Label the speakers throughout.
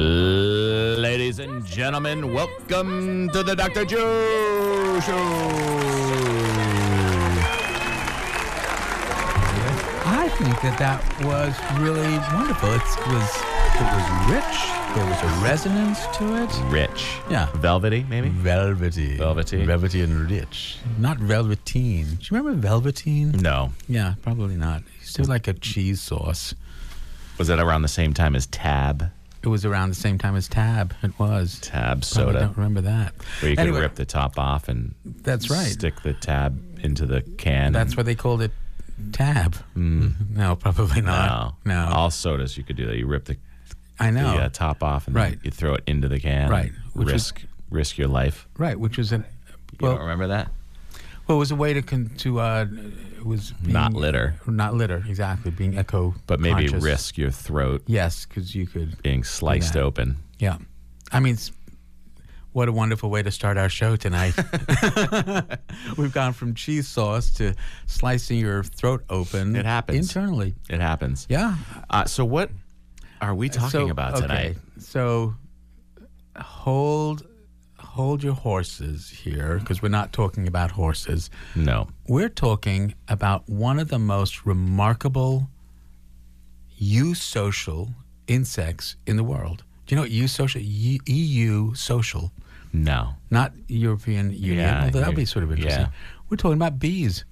Speaker 1: Ladies and gentlemen, welcome to the Dr. Joe Show.
Speaker 2: I think that that was really wonderful. It was it was rich. There was a resonance to it.
Speaker 1: Rich.
Speaker 2: Yeah.
Speaker 1: Velvety, maybe?
Speaker 2: Velvety.
Speaker 1: Velvety.
Speaker 2: Velvety and rich. Not velveteen. Do you remember velveteen?
Speaker 1: No.
Speaker 2: Yeah, probably not. It used to
Speaker 1: Mm.
Speaker 2: be like a cheese sauce.
Speaker 1: Was that around the same time as Tab?
Speaker 2: It was around the same time as Tab. It was.
Speaker 1: Tab
Speaker 2: Probably
Speaker 1: soda.
Speaker 2: don't remember that.
Speaker 1: Where you could
Speaker 2: Anyway,
Speaker 1: rip the top off and
Speaker 2: That's right.
Speaker 1: stick the tab into the can.
Speaker 2: That's why they called it Tab. No, probably
Speaker 1: Mm. no.
Speaker 2: not. No.
Speaker 1: All sodas you could do that. You rip the,
Speaker 2: I
Speaker 1: the
Speaker 2: know.
Speaker 1: uh, top off and
Speaker 2: Right.
Speaker 1: then you throw it into the can.
Speaker 2: Right. Which is-
Speaker 1: risk risk your life.
Speaker 2: Right, which was an.
Speaker 1: You
Speaker 2: Well,
Speaker 1: don't remember that?
Speaker 2: Well, it was a way to con- to uh, it was being-
Speaker 1: Not litter.
Speaker 2: not litter exactly, being echo,
Speaker 1: But maybe
Speaker 2: conscious.
Speaker 1: risk your throat
Speaker 2: Yes, because you could.
Speaker 1: being sliced
Speaker 2: Yeah.
Speaker 1: open.
Speaker 2: Yeah, I mean, it's, what a wonderful way to start our show tonight. We've gone from cheese sauce to slicing your throat open.
Speaker 1: It happens.
Speaker 2: internally.
Speaker 1: It happens.
Speaker 2: Yeah,
Speaker 1: Uh, so what are we talking
Speaker 2: So,
Speaker 1: about
Speaker 2: okay,
Speaker 1: tonight?
Speaker 2: So hold hold your horses here because we're not talking about horses.
Speaker 1: No.
Speaker 2: We're talking about one of the most remarkable eusocial insects in the world. Do you know what eusocial? E- EU social,
Speaker 1: No.
Speaker 2: not European Union.
Speaker 1: Yeah,
Speaker 2: although that would
Speaker 1: you-
Speaker 2: be sort of interesting.
Speaker 1: yeah.
Speaker 2: We're talking about bees.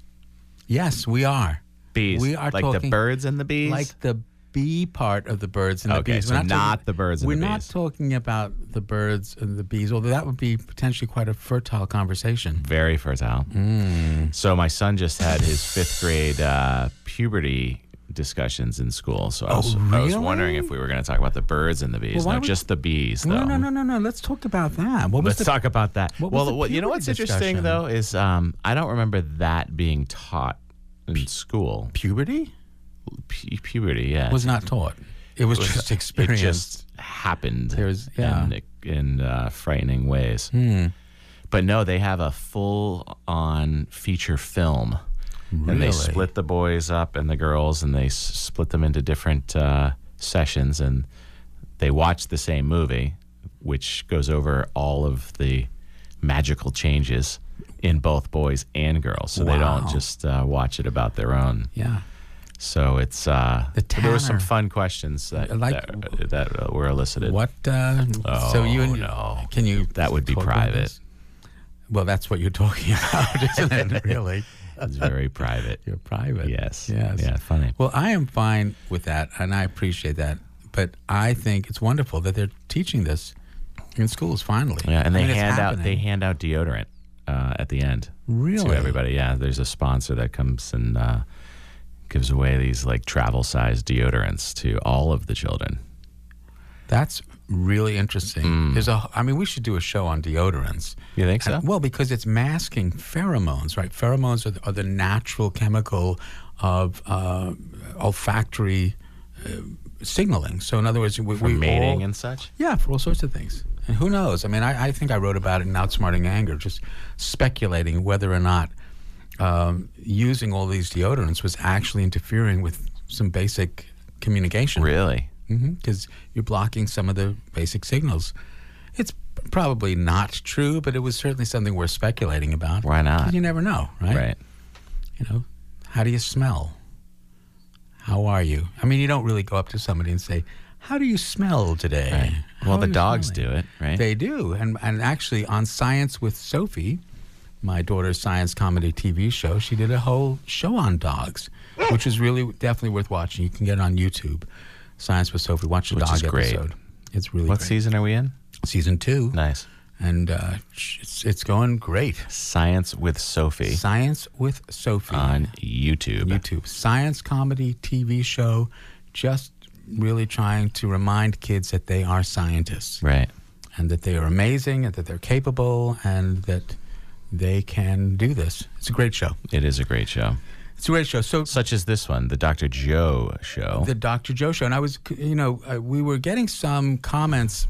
Speaker 2: Yes, we are.
Speaker 1: Bees.
Speaker 2: We are
Speaker 1: like the
Speaker 2: talking-
Speaker 1: birds and the bees?
Speaker 2: Like the bee part of the birds and
Speaker 1: Okay,
Speaker 2: the bees.
Speaker 1: so not the birds and
Speaker 2: we're
Speaker 1: the
Speaker 2: not
Speaker 1: bees.
Speaker 2: talking about the birds and the bees, although that would be potentially quite a fertile conversation.
Speaker 1: Very fertile.
Speaker 2: Hmm.
Speaker 1: So my son just had his fifth grade uh, puberty discussions in school. So I was, I was wondering if we were going to talk about the birds and the bees.
Speaker 2: Oh, why
Speaker 1: no,
Speaker 2: would-
Speaker 1: just the bees, though.
Speaker 2: No, no, no, no, no. Let's talk about that. What was
Speaker 1: Let's
Speaker 2: the
Speaker 1: talk about that.
Speaker 2: What was
Speaker 1: well,
Speaker 2: the
Speaker 1: what- you know
Speaker 2: puberty
Speaker 1: what's interesting
Speaker 2: discussion?
Speaker 1: though is um, I don't remember that being taught in school.
Speaker 2: puberty?
Speaker 1: Pu- puberty, yeah,
Speaker 2: was not taught. It was, just
Speaker 1: it
Speaker 2: experienced.
Speaker 1: just happened
Speaker 2: There's- yeah. Hmm.
Speaker 1: in, in uh, frightening ways. But no, they have a full on feature film. And they
Speaker 2: Really?
Speaker 1: split the boys up and the girls and they s- split them into different uh, sessions and they watch the same movie, which goes over all of the magical changes in both boys and girls. So they don't
Speaker 2: Wow.
Speaker 1: just uh, watch it about their own.
Speaker 2: yeah.
Speaker 1: So it's uh,
Speaker 2: The
Speaker 1: there were some
Speaker 2: Tanner.
Speaker 1: fun questions that
Speaker 2: I like-
Speaker 1: that, that, uh, were elicited.
Speaker 2: What? Uh, so you and
Speaker 1: Oh, no.
Speaker 2: can you?
Speaker 1: That would be
Speaker 2: talk about
Speaker 1: private.
Speaker 2: this? Well, that's what you're talking about, isn't it? Really,
Speaker 1: It's very private.
Speaker 2: you're private.
Speaker 1: Yes.
Speaker 2: Yes.
Speaker 1: Yeah. Funny.
Speaker 2: Well, I am fine with that, and I appreciate that. But I think it's wonderful that they're teaching this in schools finally.
Speaker 1: Yeah, and
Speaker 2: I
Speaker 1: they
Speaker 2: mean, it's
Speaker 1: hand out they
Speaker 2: happening.
Speaker 1: hand out deodorant uh, at the end. To
Speaker 2: Really?
Speaker 1: everybody, yeah. There's a sponsor that comes and uh, gives away these like travel size deodorants to all of the children.
Speaker 2: That's really interesting. There's a. I mean, we should do a show on deodorants.
Speaker 1: Mm. You think so?
Speaker 2: And- well, because it's masking pheromones, right? Pheromones are the, are the natural chemical of uh, olfactory uh, signaling. So, in other words, we, we
Speaker 1: Mating
Speaker 2: all,
Speaker 1: and such.
Speaker 2: yeah, for all sorts of things. And who knows? I mean, I, I think I wrote about it in Outsmarting Anger, just speculating whether or not um, using all these deodorants was actually interfering with some basic communication
Speaker 1: Really?
Speaker 2: because Mm-hmm, you're blocking some of the basic signals. It's probably not true, but it was certainly something worth speculating about.
Speaker 1: Why not?
Speaker 2: 'Cause You never know, right?
Speaker 1: Right.
Speaker 2: You know, how do you smell? How are you? I mean, you don't really go up to somebody and say, "How do you smell today?" How
Speaker 1: Well,
Speaker 2: are
Speaker 1: the
Speaker 2: you
Speaker 1: dogs
Speaker 2: smelling?"
Speaker 1: do it, right?
Speaker 2: They do, and and actually on Science with Sophie, my daughter's science comedy TV show, she did a whole show on dogs, which is really definitely worth watching. You can get it on YouTube, Science with Sophie. Watch the
Speaker 1: Which
Speaker 2: dog
Speaker 1: is great.
Speaker 2: episode. It's really
Speaker 1: what
Speaker 2: great.
Speaker 1: season are we in?
Speaker 2: season two,
Speaker 1: Nice.
Speaker 2: and uh, sh- it's it's going great.
Speaker 1: Science with Sophie
Speaker 2: Science with Sophie
Speaker 1: on YouTube.
Speaker 2: YouTube. Science comedy TV show, just really trying to remind kids that they are scientists
Speaker 1: Right.
Speaker 2: and that they are amazing and that they're capable and that they can do this. It's a great show.
Speaker 1: It is a great show,
Speaker 2: It's a great show. So
Speaker 1: such as this one, the Dr. Joe show.
Speaker 2: the Dr. Joe show, and I was, you know, uh, we were getting some comments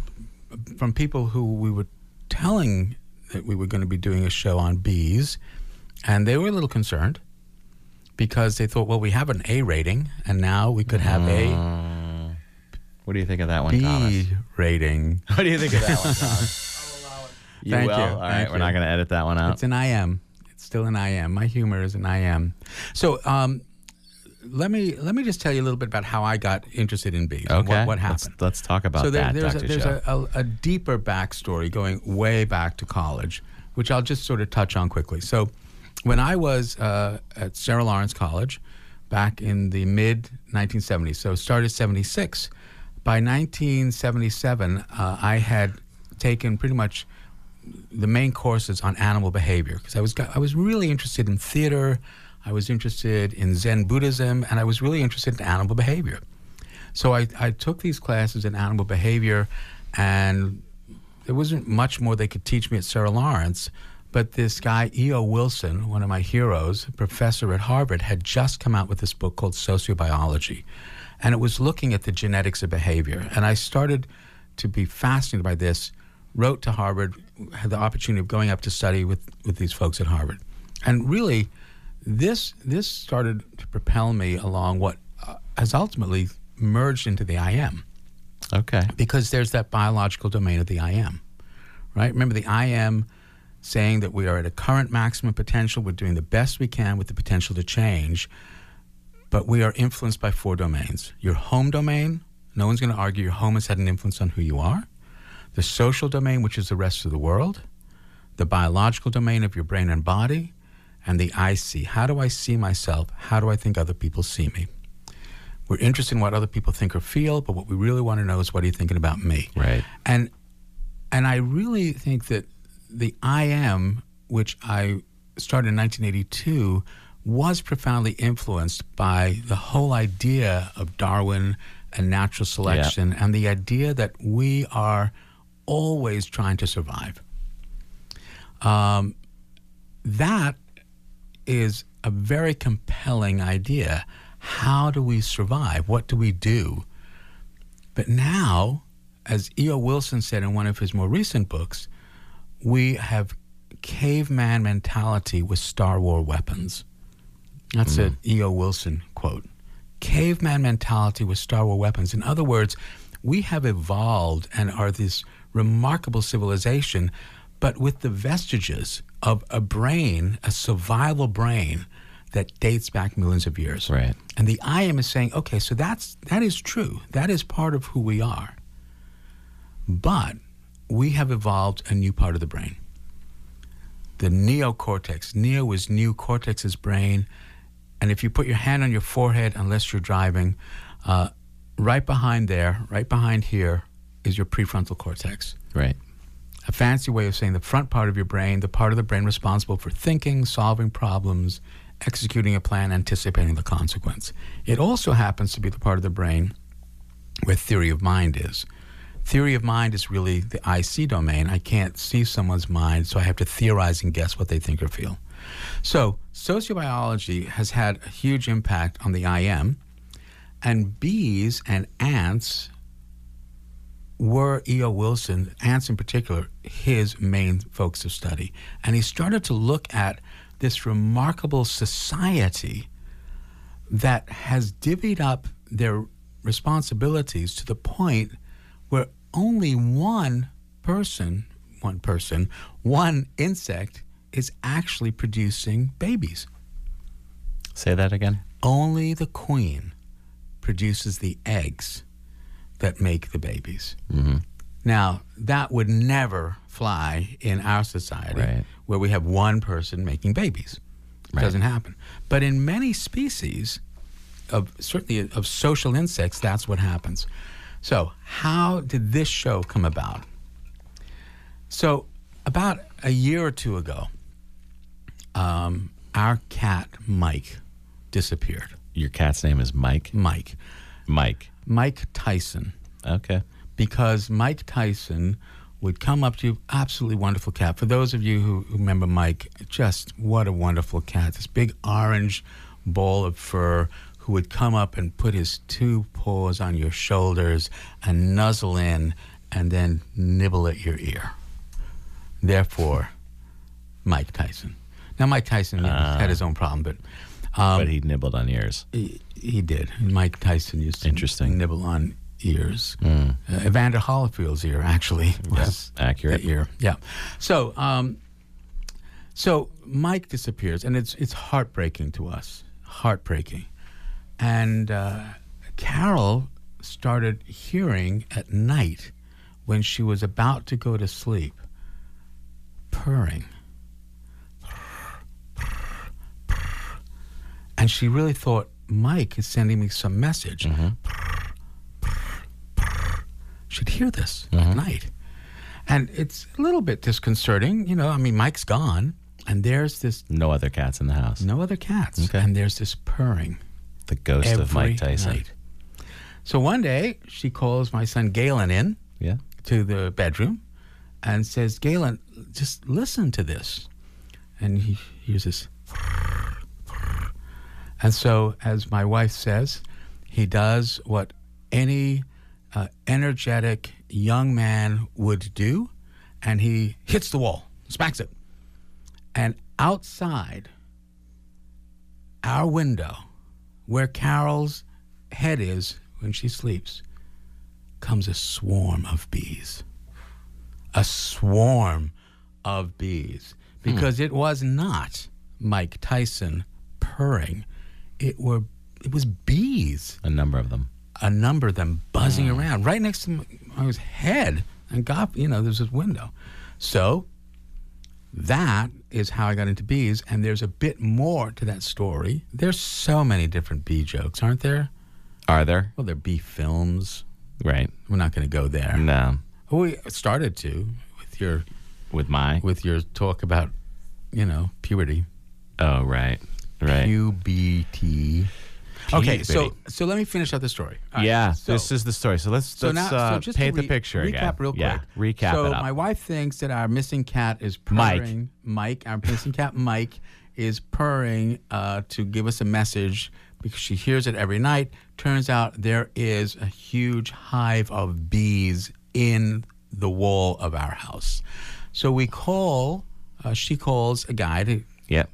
Speaker 2: from people who we were telling that we were going to be doing a show on bees, and they were a little concerned because they thought, well, we have an A rating, and now we could have a
Speaker 1: what do you think of that one, Thomas?
Speaker 2: B rating.
Speaker 1: What do you think of that one, Thomas? You
Speaker 2: Thank
Speaker 1: will?
Speaker 2: you.
Speaker 1: All right,
Speaker 2: Thank
Speaker 1: we're not
Speaker 2: you.
Speaker 1: going to edit that one out.
Speaker 2: It's an I am. It's still an I am. My humor is an I am. So um, let me let me just tell you a little bit about how I got interested in bees. and
Speaker 1: okay.
Speaker 2: What, what
Speaker 1: Let's-
Speaker 2: happened?
Speaker 1: Let's, talk about
Speaker 2: so there-
Speaker 1: that,
Speaker 2: there's,
Speaker 1: Dr.
Speaker 2: A, there's
Speaker 1: Joe.
Speaker 2: a, a, a deeper backstory going way back to college, which I'll just sort of touch on quickly. So, when I was uh, at Sarah Lawrence College back in the mid 1970s, so it started 76. By 1977, uh, I had taken pretty much the main courses on animal behavior because I was go- I was really interested in theater, I was interested in Zen Buddhism, and I was really interested in animal behavior. So I, I took these classes in animal behavior, and there wasn't much more they could teach me at Sarah Lawrence. But this guy, E.O. Wilson, one of my heroes, professor at Harvard, had just come out with this book called Sociobiology. And it was looking at the genetics of behavior. And I started to be fascinated by this, wrote to Harvard, had the opportunity of going up to study with, with these folks at Harvard. And really, this this started to propel me along what uh, has ultimately merged into the I am
Speaker 1: okay.
Speaker 2: because there's that biological domain of the I am, right? Remember the I am saying that we are at a current maximum potential, we're doing the best we can with the potential to change, but we are influenced by four domains. Your home domain, no one's going to argue your home has had an influence on who you are. The social domain, which is the rest of the world, the biological domain of your brain and body, and the I see. How do I see myself? How do I think other people see me? We're interested in what other people think or feel, but what we really want to know is what are you thinking about me?
Speaker 1: Right.
Speaker 2: And and I really think that the I am, which I started in 1982, was profoundly influenced by the whole idea of Darwin and natural selection, and the idea that we are always trying to survive. Um, that is a very compelling idea. How do we survive? What do we do? But now, as E.O. Wilson said in one of his more recent books, we have caveman mentality with Star War weapons. That's an E.O. Wilson quote. Caveman mentality with Star War weapons. In other words, we have evolved and are this remarkable civilization, but with the vestiges of a brain, a survival brain that dates back millions of years.
Speaker 1: Right.
Speaker 2: And the I am is saying, okay, so that's that is true. That is part of who we are. But we have evolved a new part of the brain the neocortex. Neo is new, cortex is brain. And if you put your hand on your forehead, unless you're driving, uh, right behind there, right behind here, is your prefrontal cortex.
Speaker 1: Right.
Speaker 2: A fancy way of saying the front part of your brain, the part of the brain responsible for thinking, solving problems, executing a plan, anticipating the consequence. It also happens to be the part of the brain where theory of mind is. Theory of mind is really the IC domain. I can't see someone's mind, so I have to theorize and guess what they think or feel. So, sociobiology has had a huge impact on the IM, and bees and ants were E.O. Wilson, ants in particular, his main focus of study. And he started to look at this remarkable society that has divvied up their responsibilities to the point where only one person, one person, one insect is actually producing babies.
Speaker 1: Say that again.
Speaker 2: Only the queen produces the eggs that make the babies.
Speaker 1: Mm-hmm.
Speaker 2: Now, that would never fly in our society
Speaker 1: Right.
Speaker 2: where we have one person making babies. It
Speaker 1: Right.
Speaker 2: doesn't happen. But in many species, of certainly of social insects, that's what happens. So, how did this show come about? So, about a year or two ago, um, our cat Mike disappeared.
Speaker 1: Your cat's name is Mike.
Speaker 2: Mike,
Speaker 1: Mike.
Speaker 2: Mike Tyson
Speaker 1: Okay.
Speaker 2: Um, because Mike Tyson would come up to you. Absolutely wonderful cat. For those of you who who remember Mike, just what a wonderful cat. This big orange ball of fur who would come up and put his two paws on your shoulders and nuzzle in and then nibble at your ear. Therefore, Mike Tyson. Now, Mike Tyson you know, had his own problem, but um,
Speaker 1: but he nibbled on yours.
Speaker 2: he, he did. Mike Tyson used to
Speaker 1: Interesting.
Speaker 2: nibble on ears. Uh, Evander Holyfield's ear actually was
Speaker 1: accurate.
Speaker 2: the ear. Yeah. So, um, so Mike disappears, and it's it's heartbreaking to us, heartbreaking. And uh, Carol started hearing at night when she was about to go to sleep, purring. And she really thought, Mike is sending me some message. She'd hear this at night. And it's a little bit disconcerting. You know, I mean, Mike's gone, and there's this
Speaker 1: No other cats in the house.
Speaker 2: no other cats, and there's this purring
Speaker 1: The ghost
Speaker 2: every
Speaker 1: of Mike Tyson.
Speaker 2: night. So one day, she calls my son Galen in
Speaker 1: Yeah.
Speaker 2: to the bedroom and says, Galen, just listen to this. And he hears this. And so, as my wife says, he does what any uh, energetic young man would do, and he hits the wall, smacks it. And outside our window, where Carol's head is when she sleeps, comes a swarm of bees. A swarm of bees. Because it was not Mike Tyson purring. It were it was bees,
Speaker 1: A number of them.
Speaker 2: a number of them buzzing around right next to my, my head. And God, you know, there's this window. So that is how I got into bees. And there's a bit more to that story. There's so many different bee jokes, aren't there?
Speaker 1: Are there?
Speaker 2: Well, there are bee films.
Speaker 1: Right.
Speaker 2: We're not going to go there.
Speaker 1: No.
Speaker 2: We started to with your
Speaker 1: With my.
Speaker 2: with your talk about you know puberty.
Speaker 1: oh, right. Right.
Speaker 2: Puberty. Okay, so
Speaker 1: Puberty.
Speaker 2: so let me finish out the story. All right,
Speaker 1: yeah.
Speaker 2: so,
Speaker 1: this is the story. So let's,
Speaker 2: so
Speaker 1: let's
Speaker 2: now
Speaker 1: uh,
Speaker 2: so just to
Speaker 1: paint
Speaker 2: re-
Speaker 1: the picture
Speaker 2: recap
Speaker 1: again.
Speaker 2: real quick.
Speaker 1: Yeah. Recap
Speaker 2: So
Speaker 1: it up.
Speaker 2: my wife thinks that our missing cat is
Speaker 1: Mike.
Speaker 2: purring. Mike, our missing cat Mike is purring uh, to give us a message because she hears it every night. Turns out there is a huge hive of bees in the wall of our house. So we call. Uh, she calls a guy to
Speaker 1: yep.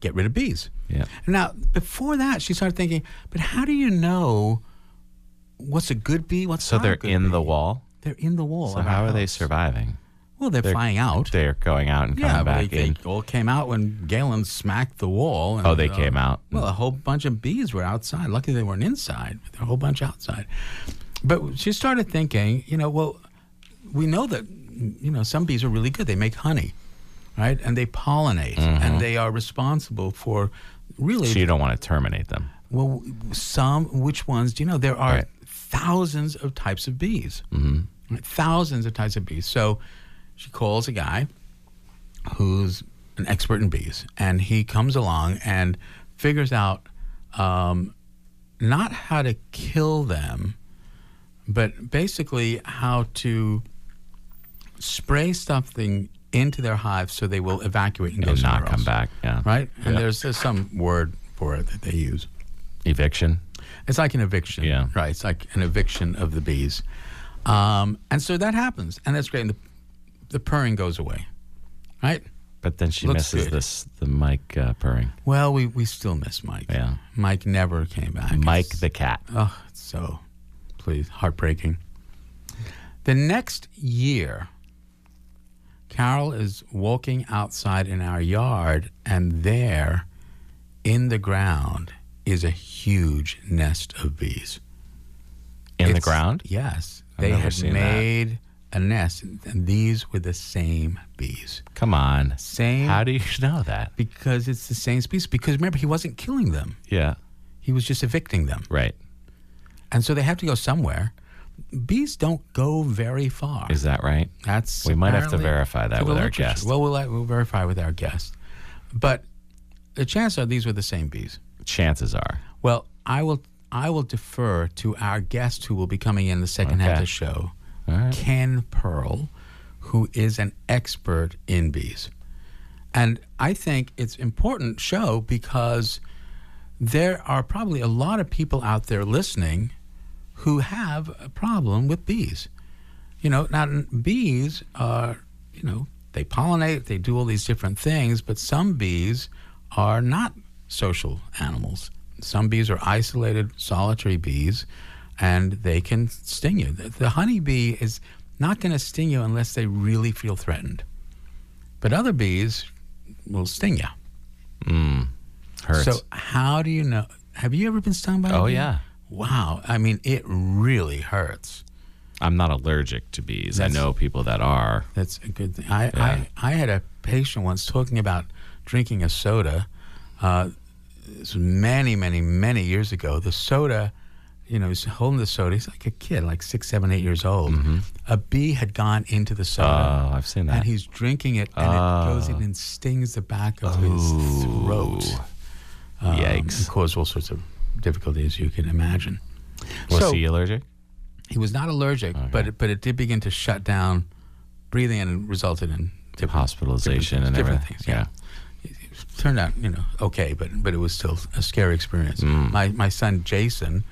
Speaker 2: get rid of bees.
Speaker 1: Yeah.
Speaker 2: Now, before that, she started thinking, but how do you know what's a good bee? What's
Speaker 1: So
Speaker 2: not
Speaker 1: they're
Speaker 2: a good
Speaker 1: in the
Speaker 2: bee?
Speaker 1: wall.
Speaker 2: They're in the wall.
Speaker 1: So
Speaker 2: of our
Speaker 1: how are they
Speaker 2: house.
Speaker 1: surviving?
Speaker 2: Well, they're, flying out.
Speaker 1: They're going out and coming
Speaker 2: yeah,
Speaker 1: back
Speaker 2: they,
Speaker 1: in.
Speaker 2: they all came out when Galen smacked the wall. and,
Speaker 1: Oh, they
Speaker 2: uh,
Speaker 1: came out.
Speaker 2: Well, a whole bunch of bees were outside. Luckily, they weren't inside. But there were a whole bunch outside. But she started thinking, you know, well, we know that you know some bees are really good. They make honey, right? And they pollinate,
Speaker 1: Mm-hmm.
Speaker 2: and they are responsible for really
Speaker 1: so you don't want to terminate them.
Speaker 2: well, w- some, which ones do you know? There are
Speaker 1: Right.
Speaker 2: thousands of types of bees. Mm-hmm. Thousands of types of bees. So she calls a guy who's an expert in bees, and he comes along and figures out um, not how to kill them, but basically how to spray something into their hive so they will evacuate and, go
Speaker 1: And
Speaker 2: somewhere
Speaker 1: not come
Speaker 2: else.
Speaker 1: back. Yeah.
Speaker 2: Right? And
Speaker 1: Yeah.
Speaker 2: there's, there's some word for it that they use.
Speaker 1: Eviction.
Speaker 2: It's like an eviction.
Speaker 1: Yeah.
Speaker 2: Right. It's like an eviction of the bees. Um, and so that happens. And that's great. And the, the purring goes away. Right?
Speaker 1: But then she
Speaker 2: Looks
Speaker 1: misses
Speaker 2: good.
Speaker 1: this the Mike uh, purring.
Speaker 2: Well, we, we still miss Mike.
Speaker 1: Yeah.
Speaker 2: Mike never came back.
Speaker 1: Mike
Speaker 2: It's-
Speaker 1: the cat.
Speaker 2: Oh, it's so please, heartbreaking. The next year, Carol is walking outside in our yard, and there in the ground is a huge nest of bees.
Speaker 1: In the
Speaker 2: It's-
Speaker 1: ground?
Speaker 2: Yes.
Speaker 1: I've
Speaker 2: they
Speaker 1: never
Speaker 2: had
Speaker 1: seen that.
Speaker 2: made a nest, and these were the same bees.
Speaker 1: Come on.
Speaker 2: Same.
Speaker 1: How do you know that?
Speaker 2: because it's the same species. Because remember, he wasn't killing them;
Speaker 1: Yeah.
Speaker 2: he was just evicting them,
Speaker 1: Right.
Speaker 2: and so they have to go somewhere. Bees don't go very far.
Speaker 1: Is that right?
Speaker 2: That's
Speaker 1: We might have to
Speaker 2: apparently-
Speaker 1: verify that
Speaker 2: to the
Speaker 1: with our
Speaker 2: literature.
Speaker 1: guest.
Speaker 2: Well, we'll we'll verify with our guest, but the chances are these were the same bees.
Speaker 1: Chances are.
Speaker 2: Well, I will I will defer to our guest who will be coming in the second half of
Speaker 1: Okay.
Speaker 2: the show,
Speaker 1: All right.
Speaker 2: Ken Pearl, who is an expert in bees. And I think it's important show because there are probably a lot of people out there listening who have a problem with bees. You know, now n- bees are, you know, they pollinate, they do all these different things, but some bees are not social animals. Some bees are isolated, solitary bees, and they can sting you. The, the honeybee is not going to sting you unless they really feel threatened. But other bees will sting you.
Speaker 1: Hurts.
Speaker 2: So how do you know? Have you ever been stung by? a
Speaker 1: Oh,
Speaker 2: bee?
Speaker 1: yeah.
Speaker 2: Wow. I mean, it really hurts.
Speaker 1: I'm not allergic to bees. I
Speaker 2: That's-
Speaker 1: know people that are.
Speaker 2: That's a good thing. I, I, I had a patient once talking about drinking a soda. Uh, this was many, many, many years ago. The soda, you know, he's holding the soda. He's like a kid, like six, seven, eight years old. A bee had gone into the soda.
Speaker 1: Mm-hmm. Oh, I've seen that. Oh.
Speaker 2: And he's drinking it, and it goes in and stings the back of his throat. Um,
Speaker 1: Oh, Yikes.
Speaker 2: and Cause all sorts of difficulties you can imagine.
Speaker 1: Was
Speaker 2: so-
Speaker 1: he allergic?
Speaker 2: He was not allergic, but it, but it did begin to shut down breathing, and it resulted in different-
Speaker 1: Hospitalization
Speaker 2: different
Speaker 1: and
Speaker 2: things, different
Speaker 1: everything.
Speaker 2: things. Yeah. It turned out, you know, okay, but but it was still a scary experience.
Speaker 1: Mm.
Speaker 2: My my son Jason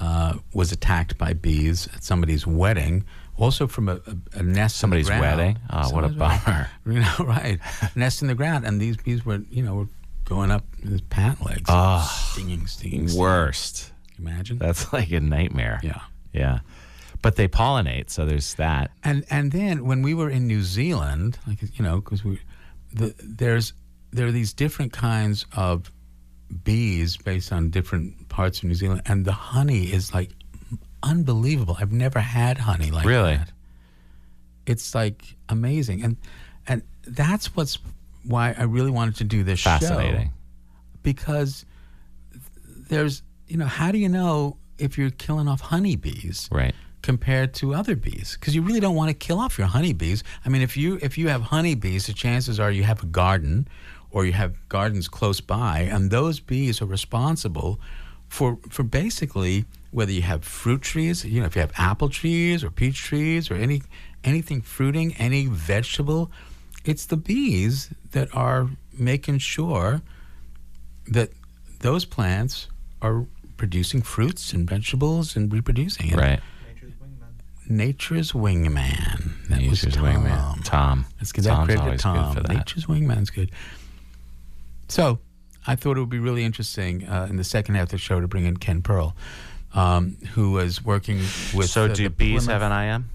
Speaker 2: uh, was attacked by bees at somebody's wedding, also from a, a, a nest.
Speaker 1: Somebody's
Speaker 2: in the ground.
Speaker 1: wedding? Ah, what a
Speaker 2: Somebody's wedding.
Speaker 1: bummer.
Speaker 2: You know, right? Nest in the ground, and these bees were, you know, were going up his pant legs,
Speaker 1: Ah.
Speaker 2: stinging, stinging, stinging.
Speaker 1: Worst.
Speaker 2: Imagine.
Speaker 1: That's like a nightmare.
Speaker 2: yeah.
Speaker 1: Yeah. But they pollinate, so there's that.
Speaker 2: And and then when we were in New Zealand, like you know, because we, the, there's there are these different kinds of bees based on different parts of New Zealand, and the honey is like unbelievable. I've never had honey like
Speaker 1: Really?
Speaker 2: that. It's like amazing, and and that's what's why I really wanted to do this show
Speaker 1: Fascinating.
Speaker 2: because there's you know how do you know if you're killing off honeybees
Speaker 1: Right.
Speaker 2: compared to other bees because you really don't want to kill off your honeybees i mean if you if you have honeybees the chances are you have a garden or you have gardens close by and those bees are responsible for for basically whether you have fruit trees you know if you have apple trees or peach trees or any anything fruiting any vegetable it's the bees that are making sure that those plants are producing fruits and vegetables and reproducing. And
Speaker 1: Right.
Speaker 2: Nature's wingman. That was
Speaker 1: Nature's
Speaker 2: Tom.
Speaker 1: wingman. Tom.
Speaker 2: Let's get
Speaker 1: Tom's
Speaker 2: that credit to
Speaker 1: always
Speaker 2: Tom.
Speaker 1: good for that.
Speaker 2: Nature's wingman's good. So, I thought it would be really interesting uh, in the second half of the show to bring in Ken Pearl, um, who was working with.
Speaker 1: so
Speaker 2: uh,
Speaker 1: do
Speaker 2: the
Speaker 1: bees
Speaker 2: Plymouth-
Speaker 1: have an IM?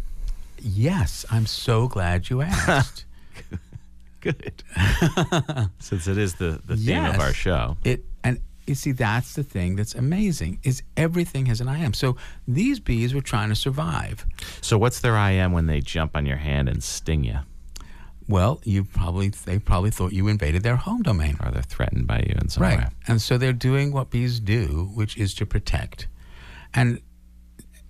Speaker 2: Yes, I'm so glad you asked.
Speaker 1: Good. Since it is the, the theme
Speaker 2: Yes.
Speaker 1: of our show.
Speaker 2: It and you see that's the thing that's amazing is everything has an IM. So these bees were trying to survive.
Speaker 1: So what's their IM when they jump on your hand and sting you?
Speaker 2: Well, you probably they probably thought you invaded their home domain.
Speaker 1: Or they're threatened by you in some way?
Speaker 2: And so they're doing what bees do, which is to protect. And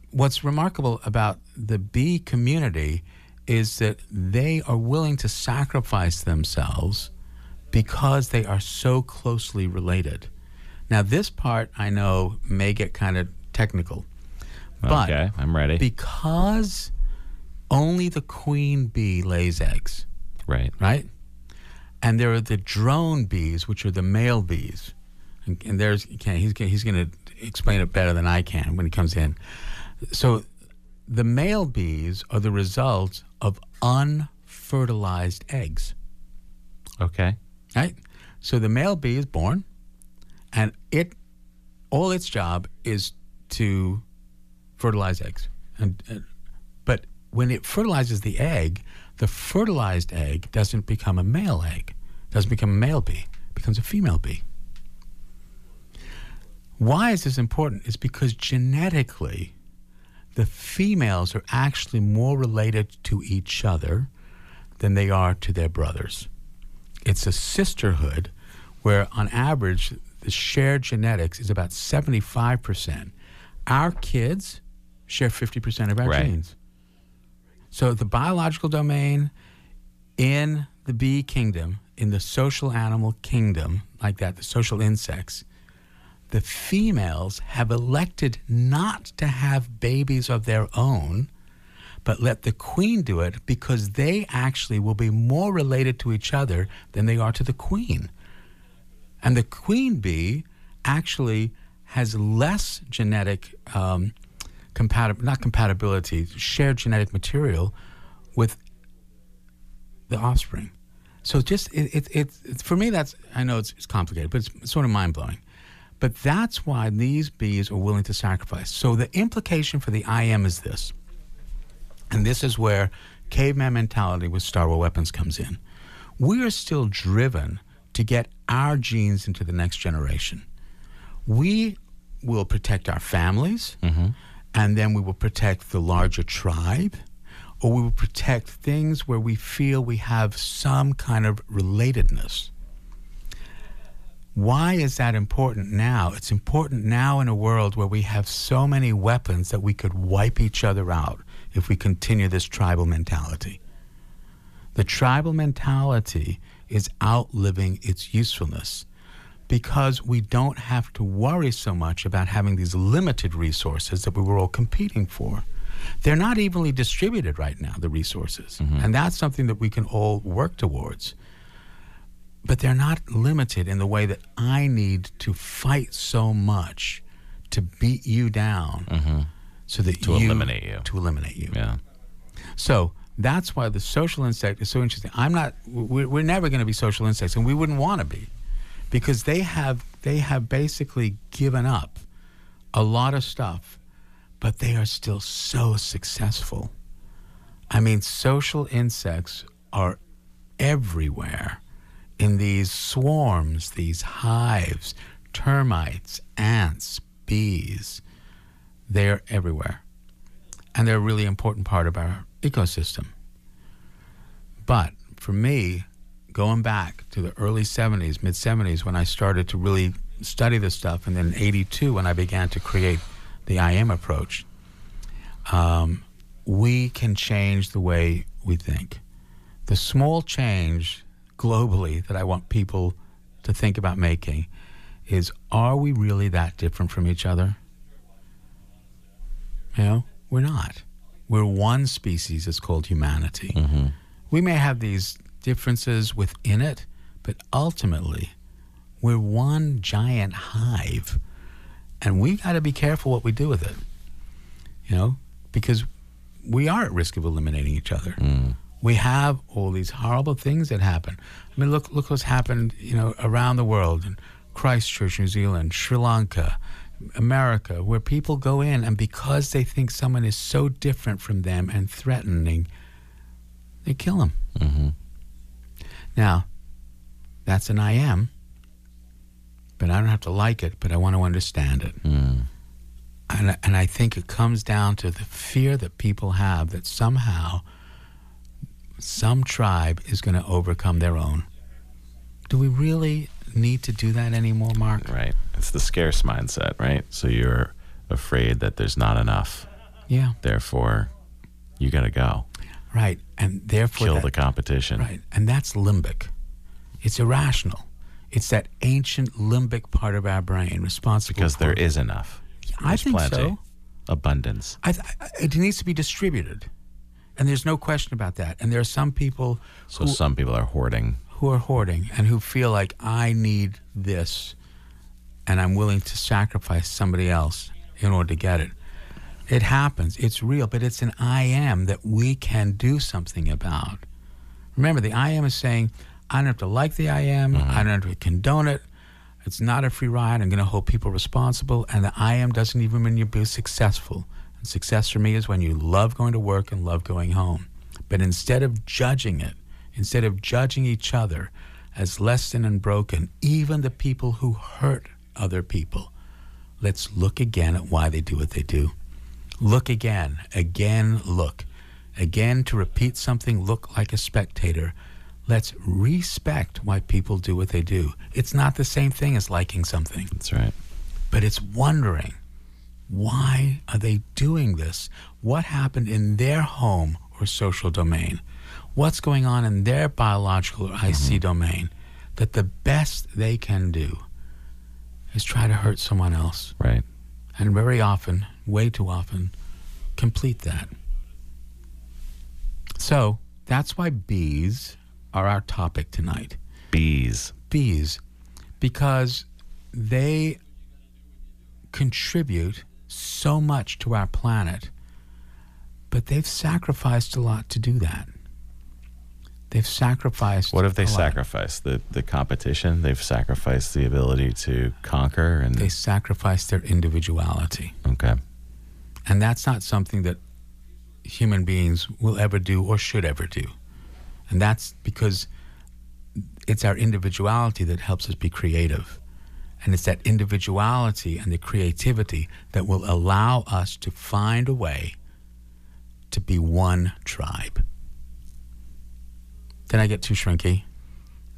Speaker 2: what's remarkable about the bee community is that they are willing to sacrifice themselves because they are so closely related. Now, this part I know may get kind of technical, but
Speaker 1: okay, I'm ready.
Speaker 2: because only the queen bee lays eggs
Speaker 1: right.
Speaker 2: right? And there are the drone bees, which are the male bees. And, and there's Ken, he's gonna- he's going to explain it better than I can when he comes in. So the male bees are the result of unfertilized eggs,
Speaker 1: Okay.
Speaker 2: right? So the male bee is born, and it all its job is to fertilize eggs. And, and but when it fertilizes the egg, the fertilized egg doesn't become a male egg, doesn't become a male bee, becomes a female bee. Why is this important? Is because genetically, the females are actually more related to each other than they are to their brothers. It's a sisterhood where, on average, the shared genetics is about 75%. Our kids share 50% of our
Speaker 1: Right.
Speaker 2: genes. So the biological domain in the bee kingdom, in the social animal kingdom, like that, the social insects, the females have elected not to have babies of their own but let the queen do it because they actually will be more related to each other than they are to the queen. And the queen bee actually has less genetic um, compatib- not compatibility, shared genetic material with the offspring. So just it, it, it, it's for me that's I know it's, it's complicated, but it's, it's sort of mind blowing. But that's why these bees are willing to sacrifice. So the implication for the IM is this, and this is where caveman mentality with Star War weapons comes in. We are still driven to get our genes into the next generation. We will protect our families, and then we will protect the larger tribe or we will protect things where we feel we have some kind of relatedness. Why is that important now? It's important now in a world where we have so many weapons that we could wipe each other out if we continue this tribal mentality. The tribal mentality is outliving its usefulness because we don't have to worry so much about having these limited resources that we were all competing for. They're not evenly distributed right now, the resources.
Speaker 1: Mm-hmm.
Speaker 2: And that's something that we can all work towards. But they're not limited in the way that I need to fight so much to beat you down so that
Speaker 1: Mm-hmm. To
Speaker 2: you-
Speaker 1: eliminate you.
Speaker 2: To eliminate you.
Speaker 1: Yeah.
Speaker 2: So that's why the social insect is so interesting. I'm not. We're, we're never going to be social insects, and we wouldn't want to be, because they have they have basically given up a lot of stuff, but they are still so successful. I mean, social insects are everywhere in these swarms, these hives, termites, ants, bees. They're everywhere and they're a really important part of our ecosystem. But for me, going back to the early 70s, mid 70s, when I started to really study this stuff, and then 82 when I began to create the I am approach, um, we can change the way we think. The small change globally that I want people to think about making is are we really that different from each other? You know, we're not. We're one species. It's called humanity. We may have these differences within it, but ultimately, we're one giant hive, and we got to be careful what we do with it. You know, because we are at risk of eliminating each other. We have all these horrible things that happen. I mean, look look what's happened. You know, around the world in Christchurch, New Zealand, Sri Lanka, America, where people go in and because they think someone is so different from them and threatening, they kill them.
Speaker 1: Mm-hmm.
Speaker 2: Now, that's an I am, but I don't have to like it, but I want to understand it.
Speaker 1: Hmm.
Speaker 2: And, I- and I think it comes down to the fear that people have that somehow some tribe is going to overcome their own. Do we really need to do that anymore, Mark?
Speaker 1: Right. It's the scarce mindset, right? So you're afraid that there's not enough.
Speaker 2: Yeah,
Speaker 1: Therefore, you got to go.
Speaker 2: right. And therefore,
Speaker 1: Kill
Speaker 2: that-
Speaker 1: the competition.
Speaker 2: Right. And that's limbic. It's irrational. It's that ancient limbic part of our brain responsible
Speaker 1: Because
Speaker 2: for
Speaker 1: there is enough.
Speaker 2: I
Speaker 1: There's
Speaker 2: think
Speaker 1: plenty.
Speaker 2: so.
Speaker 1: Abundance.
Speaker 2: I th- I- it needs to be distributed. And there's no question about that. And there are some people
Speaker 1: So some people are hoarding.
Speaker 2: who are hoarding and who feel like I need this and I'm willing to sacrifice somebody else in order to get it. It happens. It's real, but it's an I am that we can do something about. Remember, the I am is saying, I don't have to like the I am, I don't have to condone it. It's not a free ride. I'm going to hold people responsible. And the I am doesn't even mean you'll be successful. And success for me is when you love going to work and love going home. But instead of judging it, instead of judging each other as less than and broken, even the people who hurt other people, let's look again at why they do what they do. Look again, again, look. Again, to repeat something, look like a spectator. Let's respect why people do what they do. It's not the same thing as liking something,
Speaker 1: That's right.
Speaker 2: but it's wondering why are they doing this? What happened in their home or social domain? What's going on in their biological or IC domain that the best they can do is try to hurt someone else?
Speaker 1: Right.
Speaker 2: and very often, way too often, complete that. So that's why bees are our topic tonight.
Speaker 1: Bees.
Speaker 2: Bees, because they contribute so much to our planet, but they've sacrificed a lot to do that. They've sacrificed.
Speaker 1: What have they
Speaker 2: a lot.
Speaker 1: sacrificed? The the competition. They've sacrificed the ability to conquer and
Speaker 2: They sacrificed their individuality.
Speaker 1: okay.
Speaker 2: And that's not something that human beings will ever do or should ever do. And that's because it's our individuality that helps us be creative. And it's that individuality and the creativity that will allow us to find a way to be one tribe. Did I get too shrinky?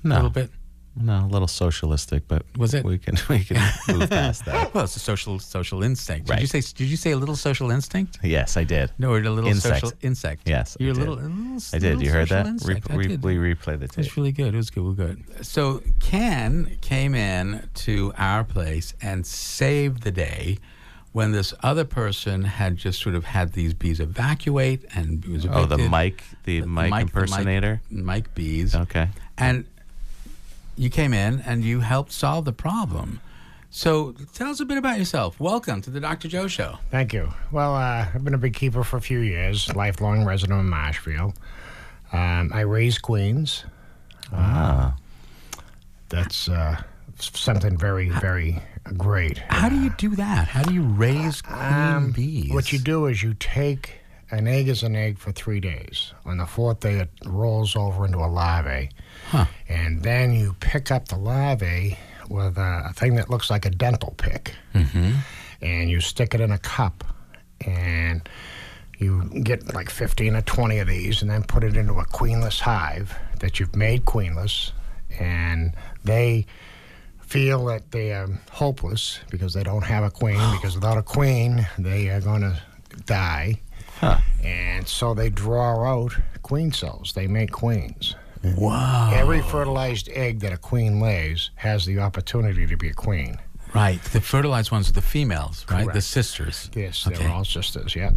Speaker 2: A
Speaker 1: No,
Speaker 2: little bit?
Speaker 1: no, a little socialistic, but
Speaker 2: Was it?
Speaker 1: We can we can move past that.
Speaker 2: Well, it's a social social instinct. Did
Speaker 1: Right.
Speaker 2: you say did you say a little social instinct?
Speaker 1: Yes, I did.
Speaker 2: No, or a little
Speaker 1: Insect.
Speaker 2: social insect.
Speaker 1: Yes, I
Speaker 2: You're a
Speaker 1: did.
Speaker 2: little, a little
Speaker 1: I did.
Speaker 2: little
Speaker 1: You heard
Speaker 2: social
Speaker 1: that?
Speaker 2: insect. I
Speaker 1: Re- re-
Speaker 2: did.
Speaker 1: we replay the
Speaker 2: It
Speaker 1: tape.
Speaker 2: was really good. It was good. It was good. So Ken came in to our place and saved the day when this other person had just sort of had these bees evacuate and it was
Speaker 1: Oh, the
Speaker 2: evicted.
Speaker 1: Mike, the Mike impersonator.
Speaker 2: Mike, Mike bees.
Speaker 1: Okay.
Speaker 2: And you came in and you helped solve the problem. So tell us a bit about yourself. Welcome to the Dr. Joe Show.
Speaker 3: Thank you. Well, uh, I've been a beekeeper for a few years, lifelong resident of Marshfield. Um, I raise queens. Uh,
Speaker 1: Ah,
Speaker 3: That's uh, s- something very, very great.
Speaker 2: How do you do that? How do you raise queen
Speaker 3: Um,
Speaker 2: bees?
Speaker 3: What you do is you take an egg is an egg for three days. On the fourth day, it rolls over into a larvae, and then you pick up the larvae with a, a thing that looks like a dental pick, and you stick it in a cup, and you get like 15 or 20 of these and then put it into a queenless hive that you've made queenless and they feel that they are hopeless because they don't have a queen because without a queen they are going to die and so they draw out queen cells they make queens
Speaker 2: Wow.
Speaker 3: every fertilized egg that a queen lays has the opportunity to be a queen
Speaker 2: Right. The fertilized ones are the females, right? The
Speaker 3: Correct.
Speaker 2: sisters.
Speaker 3: Yes,
Speaker 2: Okay.
Speaker 3: they were all sisters. Yeah,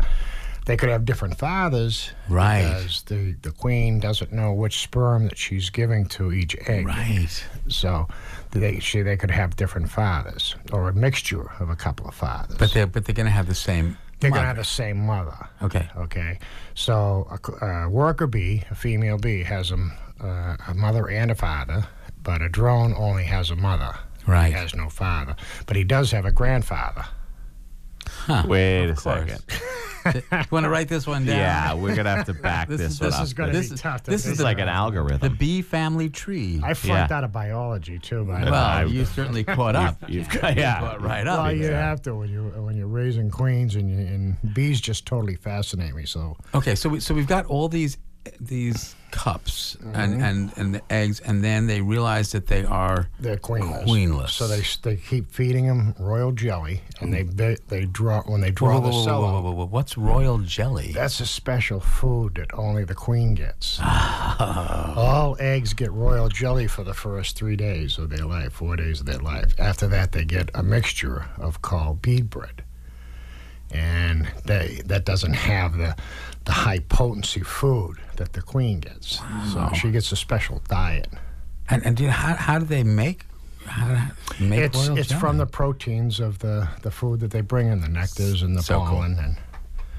Speaker 3: they could have different fathers,
Speaker 2: Right.
Speaker 3: Because the the queen doesn't know which sperm that she's giving to each egg,
Speaker 2: Right.
Speaker 3: So they she they could have different fathers or a mixture of a couple of fathers.
Speaker 2: But they're but they're gonna have the same.
Speaker 3: they're gonna
Speaker 2: mother.
Speaker 3: have the same mother.
Speaker 2: Okay.
Speaker 3: Okay, so a, c- a worker bee, a female bee, has a, m- uh, a mother and a father, but a drone only has a mother.
Speaker 2: Right.
Speaker 3: has no father, but he does have a grandfather.
Speaker 1: wait a
Speaker 2: course.
Speaker 1: second.
Speaker 2: you want to write this one down?
Speaker 1: Yeah, we're gonna have to back
Speaker 2: This
Speaker 1: this,
Speaker 2: is-
Speaker 1: one
Speaker 2: this
Speaker 1: up.
Speaker 2: is gonna
Speaker 1: this
Speaker 2: be tough to this is
Speaker 1: is
Speaker 2: the-
Speaker 1: like an
Speaker 2: The
Speaker 1: algorithm.
Speaker 2: bee family tree.
Speaker 3: I flunked
Speaker 1: Yeah.
Speaker 3: out of biology too, by the
Speaker 2: well,
Speaker 3: way.
Speaker 1: I-
Speaker 2: you certainly caught up.
Speaker 1: You've got, yeah.
Speaker 2: Caught right up.
Speaker 3: Well, you have to when you when you're raising queens and you, and bees just totally fascinate me. So
Speaker 2: Okay. So we so we've got all these these cups and, and and the eggs, and then they realize that they are
Speaker 3: they're queenless.
Speaker 2: Queenless.
Speaker 3: So they they keep feeding them royal jelly, and they they, they draw when they draw
Speaker 2: Whoa, whoa,
Speaker 3: the
Speaker 2: whoa,
Speaker 3: cell.
Speaker 2: whoa,
Speaker 3: out,
Speaker 2: whoa, whoa, whoa. What's royal jelly?
Speaker 3: That's a special food that only the queen gets.
Speaker 2: Oh.
Speaker 3: All eggs get royal jelly for the first three days of their life, four days of their life. After that, they get a mixture of called bead bread, and they that doesn't have the the high potency food that the queen gets. So she gets a special diet.
Speaker 2: And and do, how how do they make? How do make
Speaker 3: it's
Speaker 2: royal
Speaker 3: it's
Speaker 2: jelly?
Speaker 3: from the proteins of the the food that they bring in the nectars and the
Speaker 2: So cool.
Speaker 3: pollen and.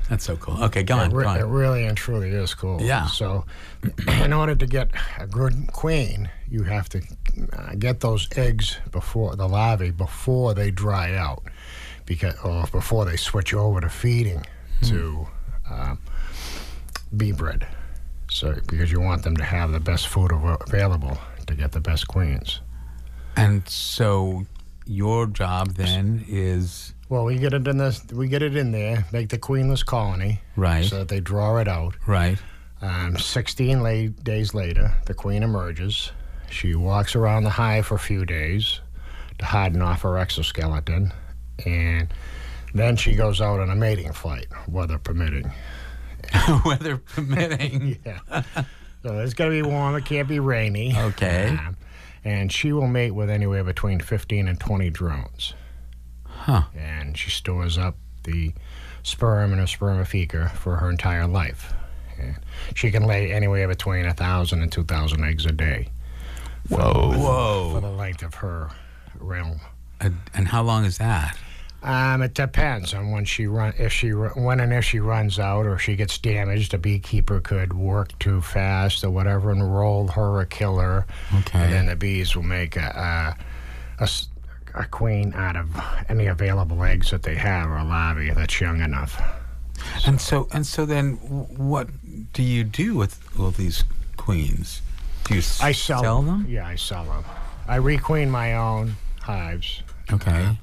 Speaker 2: That's so cool. Okay, go on.
Speaker 3: It, re-
Speaker 2: go on.
Speaker 3: it really and truly is cool.
Speaker 2: Yeah.
Speaker 3: So, in order to get a good queen, you have to uh, get those eggs before the larvae before they dry out, because or before they switch over to feeding
Speaker 2: Hmm.
Speaker 3: to um, bee bread. So, because you want them to have the best food av- available to get the best queens.
Speaker 2: And so your job then is
Speaker 3: Well, we get it in this. We get it in there. Make the queenless colony.
Speaker 2: Right.
Speaker 3: So that they draw it out.
Speaker 2: right.
Speaker 3: Um, 16 la- days later, the queen emerges. She walks around the hive for a few days to harden off her exoskeleton, and then she goes out on a mating flight, weather permitting.
Speaker 2: Weather permitting.
Speaker 3: So it's going to be warm, it can't be rainy.
Speaker 2: Okay.
Speaker 3: Um, and she will mate with anywhere between 15 and 20 drones.
Speaker 2: Huh.
Speaker 3: And she stores up the sperm in her spermopheca for her entire life. And she can lay anywhere between 1,000 and 2,000 eggs a day
Speaker 1: Whoa.
Speaker 3: for
Speaker 2: Whoa.
Speaker 3: the length of her realm.
Speaker 2: And, and how long is that?
Speaker 3: Um, it depends on when she run, if she ru- when and if she runs out or she gets damaged. The beekeeper could work too fast or whatever and roll her or kill her, and then the bees will make a a, a s- a queen out of any available eggs that they have or larvae that's young enough.
Speaker 2: And so and so then wh- what do you do with all these queens? Do you s-
Speaker 3: I sell,
Speaker 2: them?
Speaker 3: Yeah, I sell them. I requeen my own hives.
Speaker 2: Okay.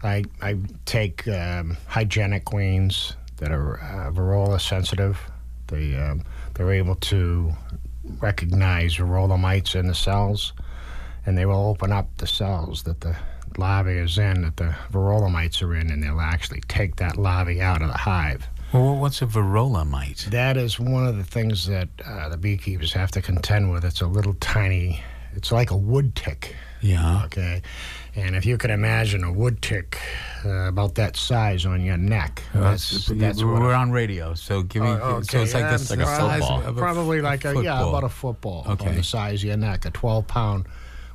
Speaker 3: I I take um, hygienic queens that are uh, varroa sensitive. They um, they're able to recognize varroa mites in the cells, and they will open up the cells that the larvae is in, that the varroa mites are in, and they'll actually take that larvae out of the hive.
Speaker 2: Well, what's a varroa mite?
Speaker 3: That is one of the things that uh, the beekeepers have to contend with. It's a little tiny. It's like a wood tick.
Speaker 2: Yeah.
Speaker 3: Okay. And if you can imagine a wood tick uh, about that size on your neck,
Speaker 2: Uh-huh.
Speaker 3: that's,
Speaker 2: That's-
Speaker 3: that's
Speaker 2: we're
Speaker 3: what.
Speaker 2: on radio, so give me.
Speaker 3: Oh,
Speaker 2: So it's like,
Speaker 3: okay,
Speaker 2: this,
Speaker 3: yeah,
Speaker 1: Like a
Speaker 3: probably-
Speaker 1: football.
Speaker 2: Of a
Speaker 3: Probably like a, yeah,
Speaker 2: football.
Speaker 3: about a football
Speaker 2: Okay.
Speaker 3: on the size of your neck, a 12 pound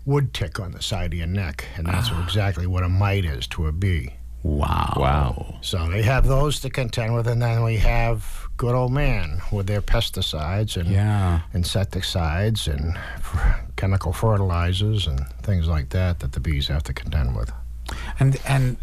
Speaker 3: wood tick on the side of your neck. And that's
Speaker 2: Ah.
Speaker 3: exactly what a mite is to a bee.
Speaker 2: Wow.
Speaker 1: Wow.
Speaker 3: So they have those to contend with, and then we have good old man with their pesticides and
Speaker 2: Yeah.
Speaker 3: insecticides and f- chemical fertilizers and things like that that the bees have to contend with.
Speaker 2: And and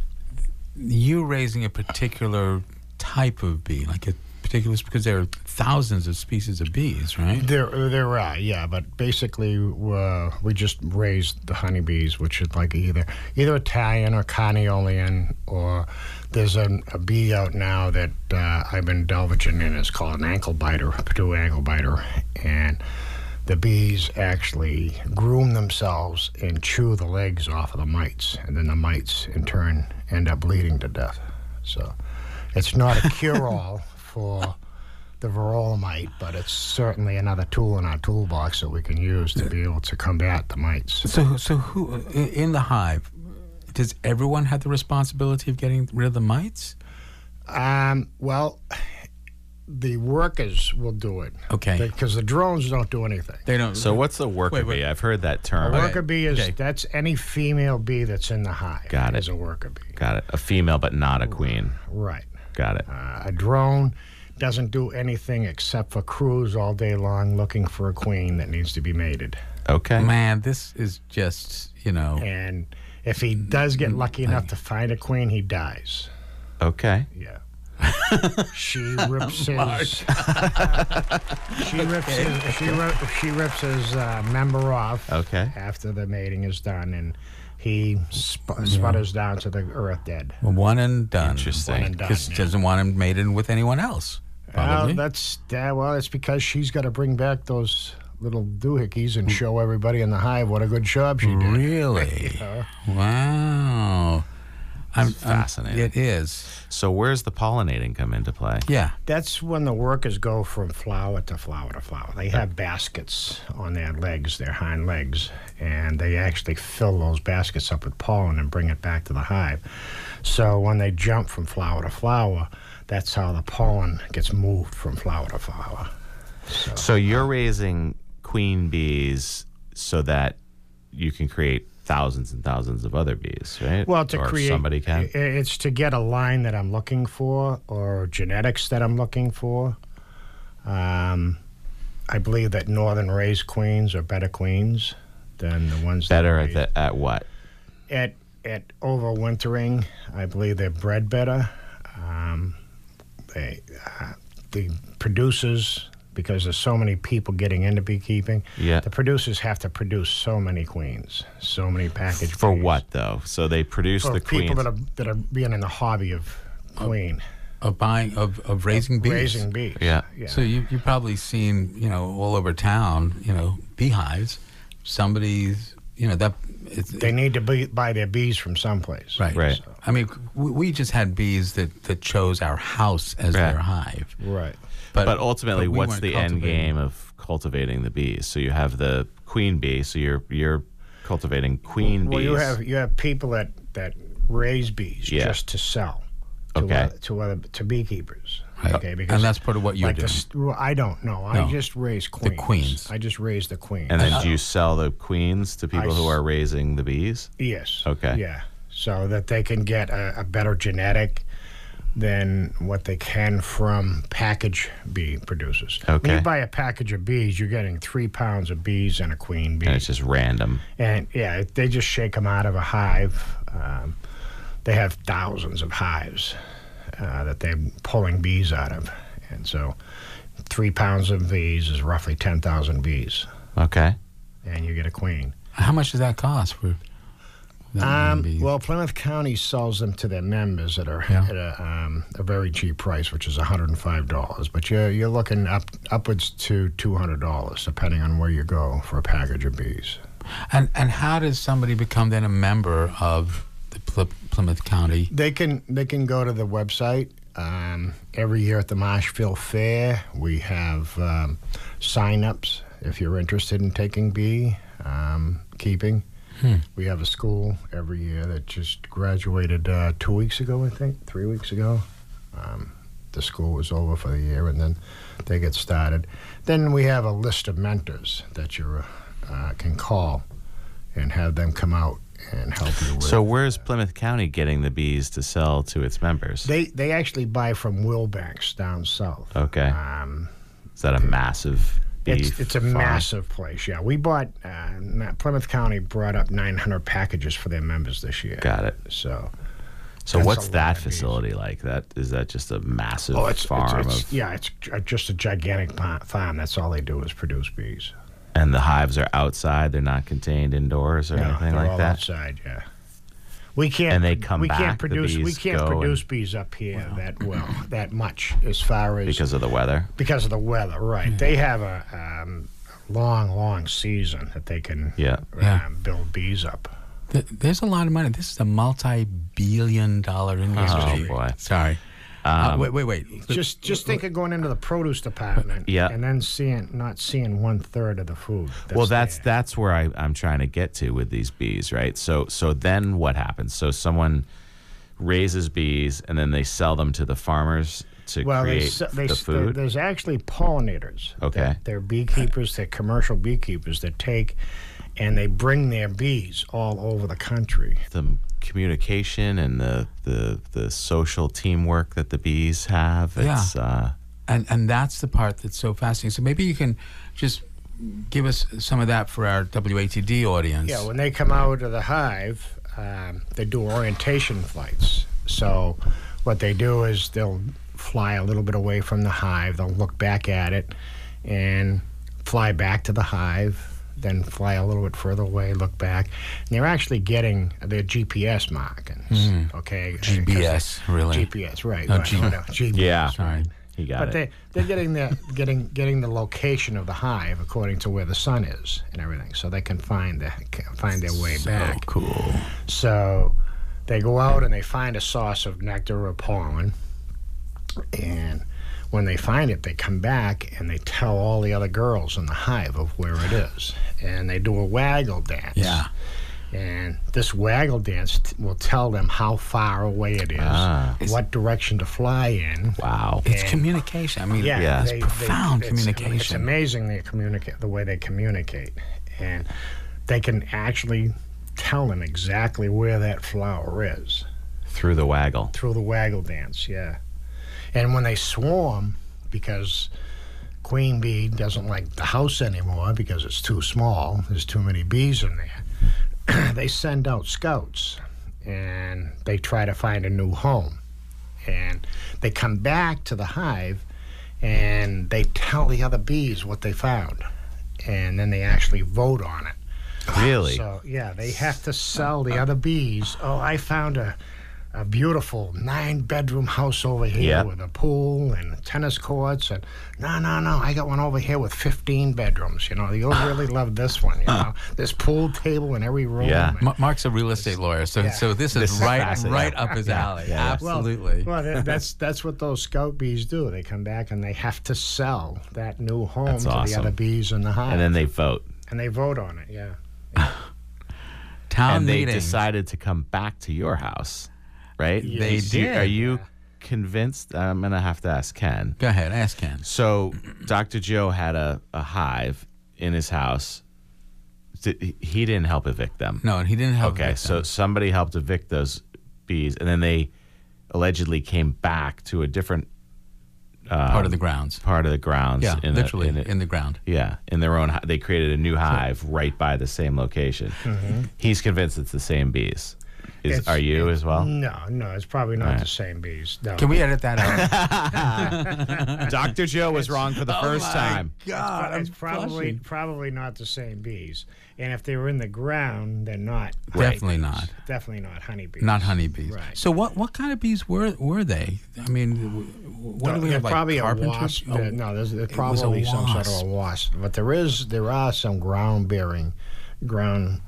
Speaker 2: you raising a particular type of bee, like a particular, because there are thousands of species of bees, right?
Speaker 3: There, there are, yeah, but basically uh, we just raise the honeybees, which is like either either Italian or Carniolian, or there's an, a bee out now that uh, I've been delving in. It's called an ankle biter, Purdue ankle biter, and the bees actually groom themselves and chew the legs off of the mites, and then the mites in turn end up bleeding to death. So it's not a cure-all for the varroa mite, but it's certainly another tool in our toolbox that we can use to be able to combat the mites.
Speaker 2: So so who i- in the hive? Does everyone have the responsibility of getting rid of the mites?
Speaker 3: Um, well, the workers will do it
Speaker 2: Okay.
Speaker 3: because the drones don't do anything.
Speaker 2: They don't.
Speaker 1: So what's a worker
Speaker 2: Wait, wait.
Speaker 1: bee? I've heard that
Speaker 3: A
Speaker 1: term.
Speaker 3: worker bee is
Speaker 2: okay.
Speaker 3: that's any female bee that's in the hive.
Speaker 1: Got it.
Speaker 3: Is a worker bee,
Speaker 1: Got it. A female, but not a queen.
Speaker 3: right?
Speaker 1: Got it.
Speaker 3: Uh, a drone doesn't do anything except for cruise all day long looking for a queen that needs to be mated.
Speaker 1: Okay.
Speaker 2: man, this is just you know.
Speaker 3: And if he does get lucky
Speaker 2: Mm-hmm.
Speaker 3: enough to find a queen, he dies.
Speaker 1: Okay.
Speaker 3: Yeah. she rips his. she rips his. She, ri- she rips his uh, member off.
Speaker 1: Okay.
Speaker 3: After the mating is done, and he sp- sputters down to the earth dead.
Speaker 2: One and done.
Speaker 1: Interesting. One and
Speaker 3: done,
Speaker 2: Because
Speaker 3: yeah.
Speaker 2: doesn't want him mated with anyone else. Probably.
Speaker 3: Well, that's that. Well, it's because she's got to bring back those little doohickeys and show everybody in the hive what a good job she did.
Speaker 2: really? Wow. I'm, I'm-
Speaker 1: fascinating.
Speaker 2: it is.
Speaker 1: So where's the pollinating come into play?
Speaker 2: Yeah.
Speaker 3: That's when the workers go from flower to flower to flower. They have baskets on their legs, their hind legs, and they actually fill those baskets up with pollen and bring it back to the hive. So when they jump from flower to flower, that's how the pollen gets moved from flower to flower.
Speaker 1: So you're raising queen bees so that you can create thousands and thousands of other bees, right?
Speaker 3: Well, to
Speaker 1: or
Speaker 3: create
Speaker 1: somebody can.
Speaker 3: i- It's to get a line that I'm looking for or genetics that I'm looking for. Um, I believe that northern raised queens are better queens than the ones that
Speaker 1: Better
Speaker 3: are
Speaker 1: at the, at what?
Speaker 3: at at overwintering. I believe they're bred better. Um, they uh, the producers because there's so many people getting into beekeeping.
Speaker 1: Yeah.
Speaker 3: the producers have to produce so many queens, so many packaged
Speaker 1: For
Speaker 3: queens.
Speaker 1: what though? So they produce
Speaker 3: For
Speaker 1: the
Speaker 3: people
Speaker 1: queens.
Speaker 3: that are that are being in the hobby of queen
Speaker 2: Of buying, of, of raising bees.
Speaker 3: raising bees.
Speaker 1: Yeah.
Speaker 3: yeah.
Speaker 2: So you you probably seen you know all over town you know beehives. Somebody's you know that it's,
Speaker 3: they need to be, buy their bees from someplace.
Speaker 2: right
Speaker 1: Right.
Speaker 2: I mean we, we just had bees that that chose our house as
Speaker 1: Right.
Speaker 2: their hive.
Speaker 3: right.
Speaker 1: but ultimately,
Speaker 2: but we
Speaker 1: what's
Speaker 2: weren't
Speaker 1: the end
Speaker 2: cultivating.
Speaker 1: game of cultivating the bees? So you have the queen bee. So you're you're cultivating queen
Speaker 3: Well,
Speaker 1: bees.
Speaker 3: you have you have people that that raise bees
Speaker 1: Yeah.
Speaker 3: just to sell to
Speaker 1: Okay.
Speaker 3: other, to other to beekeepers.
Speaker 2: Right.
Speaker 3: Okay, because
Speaker 2: and that's part of what you're
Speaker 3: like the
Speaker 2: doing.
Speaker 3: st- I don't know. I
Speaker 2: No.
Speaker 3: just raise queens.
Speaker 2: queens.
Speaker 3: I just raise the queens.
Speaker 1: And then do you sell the queens to people who
Speaker 3: s-
Speaker 1: are raising the bees?
Speaker 3: Yes.
Speaker 1: Okay.
Speaker 3: Yeah. So that they can get a, a better genetic than what they can from package bee producers. When
Speaker 1: Okay.
Speaker 3: you buy a package of bees, you're getting three pounds of bees and a queen bee.
Speaker 1: And it's just random.
Speaker 3: And yeah, it- they just shake them out of a hive. Um, they have thousands of hives uh, that they're pulling bees out of. And so three pounds of bees is roughly 10,000 bees,
Speaker 1: Okay.
Speaker 3: and you get a queen.
Speaker 2: How much does that cost for? that
Speaker 3: Um,
Speaker 2: many bees?
Speaker 3: well, Plymouth County sells them to their members at a,
Speaker 2: Yeah.
Speaker 3: at a, um, a very cheap price, which is $105. But you're, you're looking up upwards to $200, depending on where you go for a package of bees.
Speaker 2: and and how does somebody become then a member of the Pl- Plymouth County?
Speaker 3: They can they can go to the website. Um, every year at the Marshfield Fair, we have um, sign-ups if you're interested in taking bee um, keeping. We have a school every year that just graduated uh, two weeks ago, I think, three weeks ago. Um, the school was over for the year, and then they get started. Then we have a list of mentors that you uh, can call and have them come out and help you with.
Speaker 1: So where's Plymouth County getting the bees to sell to its members?
Speaker 3: They they actually buy from Wilbanks down south.
Speaker 1: Okay.
Speaker 3: Um,
Speaker 1: Is that a massive bee?
Speaker 3: it's it's a
Speaker 1: farm?
Speaker 3: massive place. Yeah, we bought uh, na- Plymouth County brought up 900 packages for their members this year.
Speaker 1: Got it.
Speaker 3: So
Speaker 1: So
Speaker 3: That's
Speaker 1: what's
Speaker 3: a lot
Speaker 1: that
Speaker 3: of bees.
Speaker 1: facility like? That is that just a massive
Speaker 3: oh, it's, it's,
Speaker 1: farm
Speaker 3: it's-
Speaker 1: of,
Speaker 3: yeah, it's ju- just a gigantic pa- farm. That's all they do is produce bees.
Speaker 1: and the hives are outside. They're not contained indoors or
Speaker 3: Yeah,
Speaker 1: anything
Speaker 3: they're
Speaker 1: like
Speaker 3: all
Speaker 1: that.
Speaker 3: outside. Yeah. We can't.
Speaker 1: And they come
Speaker 3: we
Speaker 1: back,
Speaker 3: Can't
Speaker 1: the
Speaker 3: produce, we
Speaker 1: bees
Speaker 3: can't
Speaker 1: go and-
Speaker 3: produce bees up here that well, that much as far as
Speaker 1: Because of the weather.
Speaker 3: because of the weather, right? They have a um, long, long season that they can
Speaker 1: Yeah.
Speaker 3: um,
Speaker 2: Yeah.
Speaker 3: build bees up.
Speaker 2: Th- there's a lot of money. This is a multi-billion-dollar industry.
Speaker 1: Oh, boy. Um,
Speaker 2: Sorry. Uh, wait, wait, wait.
Speaker 3: Just, just think of going into the produce department,
Speaker 1: Yeah.
Speaker 3: and then seeing not seeing one third of the food.
Speaker 1: well that's
Speaker 3: there.
Speaker 1: that's where I, i'm trying to get to with these bees right so so then what happens so someone raises bees and then they sell them to the farmers to
Speaker 3: Well, they,
Speaker 1: create
Speaker 3: s- they,
Speaker 1: the
Speaker 3: s- there-
Speaker 1: food
Speaker 3: there's actually pollinators.
Speaker 1: Okay.
Speaker 3: They're, they're beekeepers, they're commercial beekeepers that take and they bring their bees all over the country.
Speaker 1: the communication and the, the the social teamwork that the bees have
Speaker 2: Yeah.
Speaker 1: it's uh
Speaker 2: And and that's the part that's so fascinating. So maybe you can just give us some of that for our WATD audience.
Speaker 3: Yeah, when they come out of the hive, um, they do orientation flights. So, what they do is they'll fly a little bit away from the hive, they'll look back at it, and fly back to the hive, then fly a little bit further away, look back. And they're actually getting their GPS markings. Okay. 'Cause
Speaker 2: GBS, really.
Speaker 3: GPS, right.
Speaker 2: No,
Speaker 3: right,
Speaker 2: G-
Speaker 3: whatever, GPS.
Speaker 1: yeah Oh,
Speaker 2: Sorry.
Speaker 1: he got
Speaker 3: But
Speaker 1: it
Speaker 3: they they're getting the getting getting the location of the hive according to where the sun is and everything, so they can find the can find their way
Speaker 2: So
Speaker 3: back.
Speaker 2: cool.
Speaker 3: So they go out and they find a source of nectar or pollen, and when they find it, they come back and they tell all the other girls in the hive of where it is, and they do a waggle dance.
Speaker 2: Yeah.
Speaker 3: And this waggle dance t- will tell them how far away it is,
Speaker 1: Ah.
Speaker 3: what direction to fly in.
Speaker 1: wow
Speaker 2: It's communication. I mean,
Speaker 3: Yeah,
Speaker 1: Yeah. It's
Speaker 2: profound
Speaker 3: It's
Speaker 2: communication.
Speaker 3: amazing they communicate the way they communicate, and they can actually tell them exactly where that flower is
Speaker 1: through the waggle
Speaker 3: through the waggle dance. Yeah, and when they swarm, because queen bee doesn't like the house anymore because it's too small. There's too many bees in there. they send out scouts, and they try to find a new home, and they come back to the hive, and they tell the other bees what they found, and then they actually vote on it.
Speaker 1: really
Speaker 3: So yeah, they have to sell the other bees. Oh, I found a a beautiful nine bedroom house over here
Speaker 1: Yeah.
Speaker 3: with a pool and tennis courts and no no no I got one over here with 15 bedrooms you know you'll really love this one you know there's pool table in every room
Speaker 1: Yeah.
Speaker 3: and-
Speaker 2: Ma- Mark's a real estate lawyer, so so this is
Speaker 1: This is
Speaker 2: right
Speaker 1: fascinating.
Speaker 2: right up his alley.
Speaker 3: Well,
Speaker 2: Absolutely.
Speaker 3: well, that, that's that's what those scout bees do they come back and they have to sell that new home
Speaker 1: That's
Speaker 3: to the
Speaker 1: awesome.
Speaker 3: other bees in the hive
Speaker 1: and then they vote
Speaker 3: and they vote on it yeah
Speaker 2: Town
Speaker 1: and they
Speaker 2: uh, meetings.
Speaker 1: decided to come back to your house right
Speaker 2: They
Speaker 1: Do you-
Speaker 2: did.
Speaker 1: are you convinced. I'm gonna have to ask Ken.
Speaker 2: Go ahead, ask Ken.
Speaker 1: So Dr. Joe had a, a hive in his house. Did, he- he didn't help evict them.
Speaker 2: No, and he didn't help.
Speaker 1: Okay,
Speaker 2: with
Speaker 1: so
Speaker 2: that.
Speaker 1: somebody helped evict those bees, and then they allegedly came back to a different
Speaker 2: part
Speaker 1: um,
Speaker 2: of the grounds.
Speaker 1: part of the grounds.
Speaker 2: Yeah,
Speaker 1: in the-
Speaker 2: literally
Speaker 1: in
Speaker 2: in,
Speaker 1: the-
Speaker 2: the ground.
Speaker 1: yeah, in their own. hi- They created a new hive right by the same location. He's convinced it's the same bees. Is
Speaker 3: It's-
Speaker 1: are you as well,
Speaker 3: No, no, it's probably not the same bees. No.
Speaker 2: Can we edit that out?
Speaker 1: Doctor Joe was wrong for the
Speaker 3: Oh,
Speaker 1: first time.
Speaker 2: God,
Speaker 3: It's probably probably not the same bees. And if they were in the ground, they're not.
Speaker 2: Definitely
Speaker 3: honeybees.
Speaker 2: not.
Speaker 3: Definitely not honeybees.
Speaker 2: Not honeybees.
Speaker 3: Right.
Speaker 2: So what what kind of bees were were they? I mean, w- what do we
Speaker 3: They're
Speaker 2: have? Like
Speaker 3: probably a
Speaker 2: carpenters?
Speaker 3: wasp.
Speaker 2: Oh,
Speaker 3: There- no, there's, there's
Speaker 2: it was a
Speaker 3: probably some sort of
Speaker 2: wasp.
Speaker 3: a wasp. But there is there are some ground bearing, ground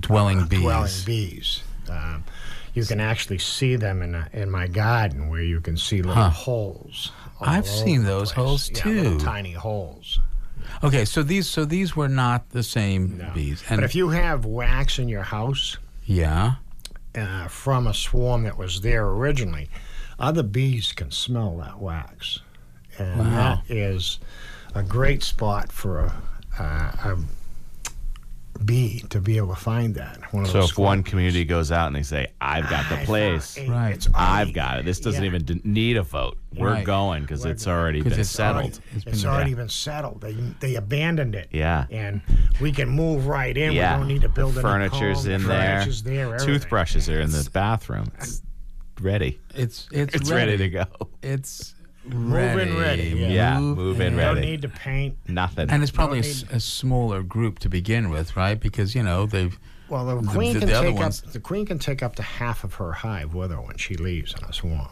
Speaker 2: dwelling bees.
Speaker 3: dwelling bees. Um, you can actually see them in, a, in my garden where you can see little holes. all
Speaker 2: I've
Speaker 3: over
Speaker 2: seen
Speaker 3: the
Speaker 2: those
Speaker 3: place.
Speaker 2: holes,
Speaker 3: Yeah, little
Speaker 2: too.
Speaker 3: tiny holes.
Speaker 2: Okay, so these so these were not the same
Speaker 3: No.
Speaker 2: bees.
Speaker 3: but if you have wax in your house,
Speaker 2: yeah,
Speaker 3: uh, from a swarm that was there originally. Other bees can smell that wax, and
Speaker 2: Wow.
Speaker 3: that is a great spot for a, uh, a bee to be able to find that. One of
Speaker 1: So
Speaker 3: those
Speaker 1: if one community goes out and they say, "I've got the
Speaker 3: I
Speaker 1: place,"
Speaker 3: found-
Speaker 2: Right.
Speaker 3: it's already-
Speaker 1: I've got it. This doesn't
Speaker 3: yeah.
Speaker 1: even d- need a vote. We're
Speaker 2: Right.
Speaker 1: going because it's already
Speaker 2: 'Cause
Speaker 1: been
Speaker 2: it's already-
Speaker 1: settled.
Speaker 2: It's been
Speaker 3: It's already been settled. They they abandoned it.
Speaker 1: Yeah.
Speaker 3: And we can move right in.
Speaker 1: yeah,
Speaker 3: We don't need to build
Speaker 1: the
Speaker 3: any
Speaker 1: furniture's
Speaker 3: comb.
Speaker 1: in
Speaker 3: Furniture's
Speaker 1: there.
Speaker 3: there. everything.
Speaker 1: Toothbrushes are in the bathroom. It's ready.
Speaker 2: it's it's,
Speaker 1: It's ready, to go.
Speaker 2: It's
Speaker 3: in
Speaker 2: ready.
Speaker 3: ready, yeah.
Speaker 1: Yeah, move in
Speaker 3: You
Speaker 1: ready.
Speaker 3: don't need to paint.
Speaker 1: Nothing.
Speaker 2: And it's probably a, s- a smaller group to begin with, right? Because you know they've
Speaker 3: Well, the queen
Speaker 2: the-
Speaker 3: can
Speaker 2: the other
Speaker 3: take
Speaker 2: ones-
Speaker 3: up the queen can take up to half of her hive with her when she leaves in a swarm.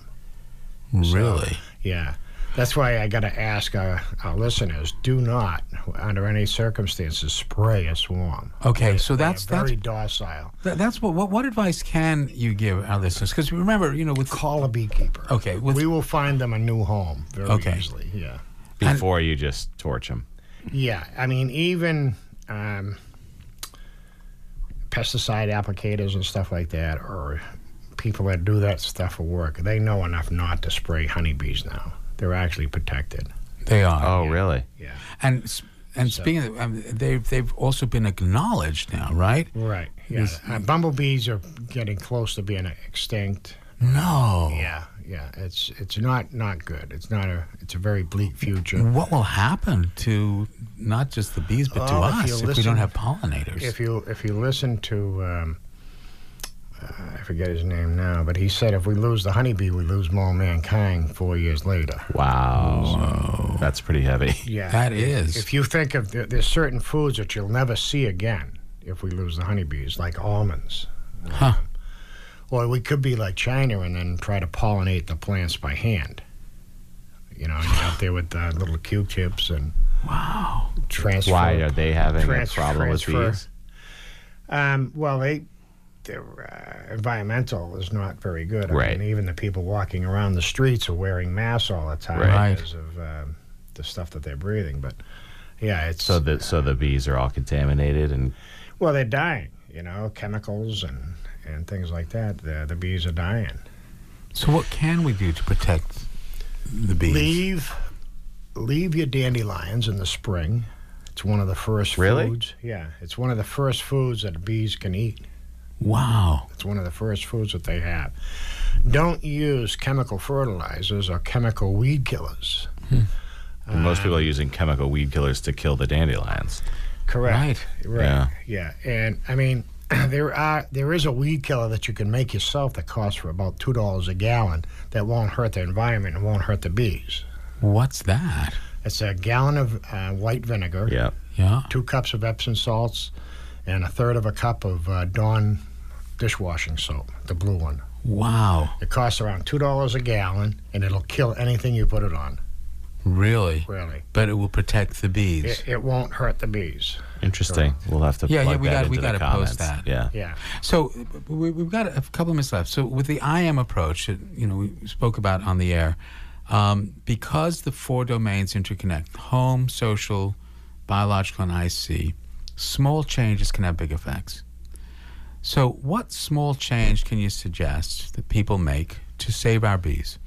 Speaker 2: really.
Speaker 3: Yeah, that's why I got to ask our, our listeners: do not, under any circumstances, spray a swarm.
Speaker 2: Okay, so
Speaker 3: They're
Speaker 2: that's that's
Speaker 3: very docile.
Speaker 2: Th- that's what, what what advice can you give our listeners? Because remember, you know, with
Speaker 3: Call a beekeeper.
Speaker 2: okay, with
Speaker 3: we will find them a new home very
Speaker 2: Okay.
Speaker 3: easily. Yeah,
Speaker 1: before you just torch them.
Speaker 3: yeah. I mean, even um, pesticide applicators and stuff like that, or people that do that stuff for work, they know enough not to spray honeybees now. They're actually protected.
Speaker 2: they are,
Speaker 1: Oh, really?
Speaker 3: Yeah,
Speaker 2: and s- and speaking, of, um, they've they've also been acknowledged now, right?
Speaker 3: right. Yeah, uh, bumblebees are getting close to being extinct.
Speaker 2: No,
Speaker 3: Yeah, yeah. It's it's not not good. It's not a it's a very bleak future.
Speaker 2: what will happen to not just the bees but to
Speaker 3: Well, if
Speaker 2: us
Speaker 3: you
Speaker 2: if, we
Speaker 3: listen-
Speaker 2: don't have pollinators?
Speaker 3: If you if you listen to um, uh, I forget his name now, but he said if we lose the honeybee, we lose more mankind four years later.
Speaker 1: Wow. That's pretty heavy.
Speaker 3: Yeah,
Speaker 2: that is
Speaker 3: If you think of there, there's certain foods that you'll never see again if we lose the honeybees, like almonds. Um,
Speaker 2: Huh.
Speaker 3: Or we could be like China and then try to pollinate the plants by hand. You know, and you're out there with uh, little Q-tips and
Speaker 2: wow.
Speaker 3: transfer.
Speaker 1: Why are they having
Speaker 3: Trans-
Speaker 1: a problem
Speaker 3: transfer.
Speaker 1: with bees?
Speaker 3: Um, well, they their uh, environmental is not very good. I
Speaker 1: Right.
Speaker 3: mean, even the people walking around the streets are wearing masks all the time
Speaker 2: Right.
Speaker 3: because of um, the stuff that they're breathing. But yeah, it's
Speaker 1: So the so the bees are all contaminated and
Speaker 3: well, they're dying. You know, chemicals and and things like that. The, the bees are dying.
Speaker 2: So what can we do to protect the bees?
Speaker 3: Leave leave your dandelions in the spring. It's one of the first
Speaker 1: Really?
Speaker 3: foods. Yeah, it's one of the first foods that bees can eat.
Speaker 2: Wow.
Speaker 3: It's one of the first foods that they have. Don't use chemical fertilizers or chemical weed killers.
Speaker 1: most people are using chemical weed killers to kill the dandelions.
Speaker 3: Correct. Right.
Speaker 1: Yeah.
Speaker 3: Yeah. And I mean, there are there is a weed killer that you can make yourself that costs for about two dollars a gallon that won't hurt the environment and won't hurt the bees.
Speaker 2: What's that?
Speaker 3: It's a gallon of uh, white vinegar,
Speaker 1: Yeah.
Speaker 2: Yeah.
Speaker 3: two cups of Epsom salts, and a third of a cup of uh, Dawn dishwashing soap, the blue one.
Speaker 2: Wow.
Speaker 3: It costs around two dollars a gallon, and it'll kill anything you put it on.
Speaker 2: Really?
Speaker 3: Really.
Speaker 2: But it will protect the bees.
Speaker 3: It, it won't hurt the bees.
Speaker 1: Interesting. We'll have to
Speaker 2: Yeah, yeah,
Speaker 1: plug
Speaker 2: we
Speaker 1: that
Speaker 2: got-
Speaker 1: into
Speaker 2: we
Speaker 1: the
Speaker 2: gotta post
Speaker 1: comments.
Speaker 2: that.
Speaker 1: Yeah.
Speaker 3: Yeah.
Speaker 2: So we, we've got a couple of minutes left. So with the I am approach, that, you know, we spoke about on the air, um, because the four domains interconnect: home, social, biological, and IC. Small changes can have big effects. So, what small change can you suggest that people make to save our bees?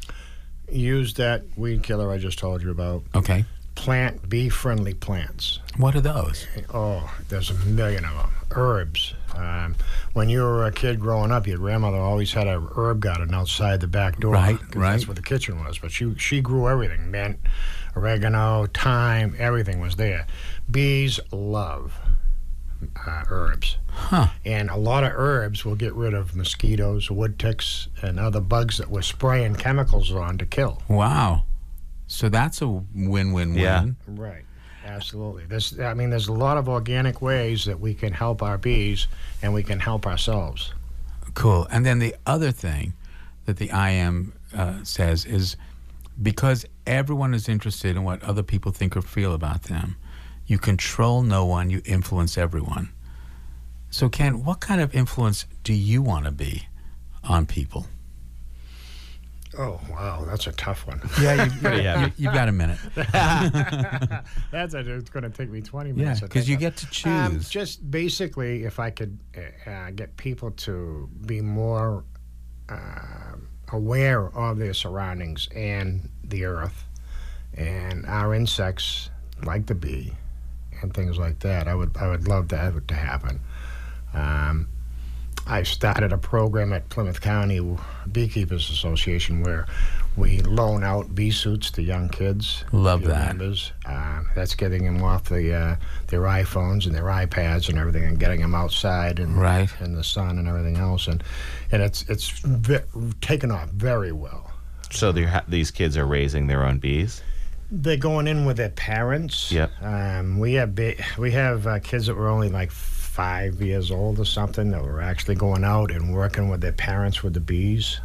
Speaker 3: use that weed killer I just told you about.
Speaker 2: Okay.
Speaker 3: Plant bee friendly plants.
Speaker 2: What are those?
Speaker 3: Oh, there's a million of them. Herbs. Um, when you were a kid growing up, your grandmother always had a herb garden outside the back door.
Speaker 2: Right,
Speaker 3: 'cause
Speaker 2: right.
Speaker 3: That's where the kitchen was. But she she grew everything: mint, oregano, thyme. Everything was there. Bees love uh, herbs.
Speaker 2: Huh.
Speaker 3: And a lot of herbs will get rid of mosquitoes, wood ticks, and other bugs that we're spraying chemicals on to kill.
Speaker 2: Wow. So that's a win-win-win.
Speaker 1: Yeah.
Speaker 3: Right. Absolutely. There's, I mean, there's a lot of organic ways that we can help our bees and we can help ourselves.
Speaker 2: Cool. And then the other thing that the IM uh, says is because everyone is interested in what other people think or feel about them, you control no one, you influence everyone. So, Ken, what kind of influence do you want to be on people?
Speaker 3: Oh, wow. That's a tough one.
Speaker 2: Yeah, you,
Speaker 1: Pretty heavy.
Speaker 2: have got a minute.
Speaker 3: That's a, it's going to take me 20
Speaker 2: Yeah,
Speaker 3: minutes. I
Speaker 2: because you
Speaker 3: think.
Speaker 2: get to choose.
Speaker 3: Um, just basically, if I could uh, uh, get people to be more uh, aware of their surroundings and the earth and our insects, like the bee, and things like that, I would I would love to have it to happen. Um, I started a program at Plymouth County Beekeepers Association where we loan out bee suits to young kids.
Speaker 2: Love
Speaker 3: Your
Speaker 2: that.
Speaker 3: Members. Um, that's getting them off the uh, their iPhones and their iPads and everything, and getting them outside and
Speaker 2: Right.
Speaker 3: in the sun and everything else, and and it's it's ve- taken off very well.
Speaker 1: So they're ha- these kids are raising their own bees.
Speaker 3: They're going in with their parents.
Speaker 1: Yep.
Speaker 3: Um, we have bi- we have uh, kids that were only like five years old or something that were actually going out and working with their parents with the bees.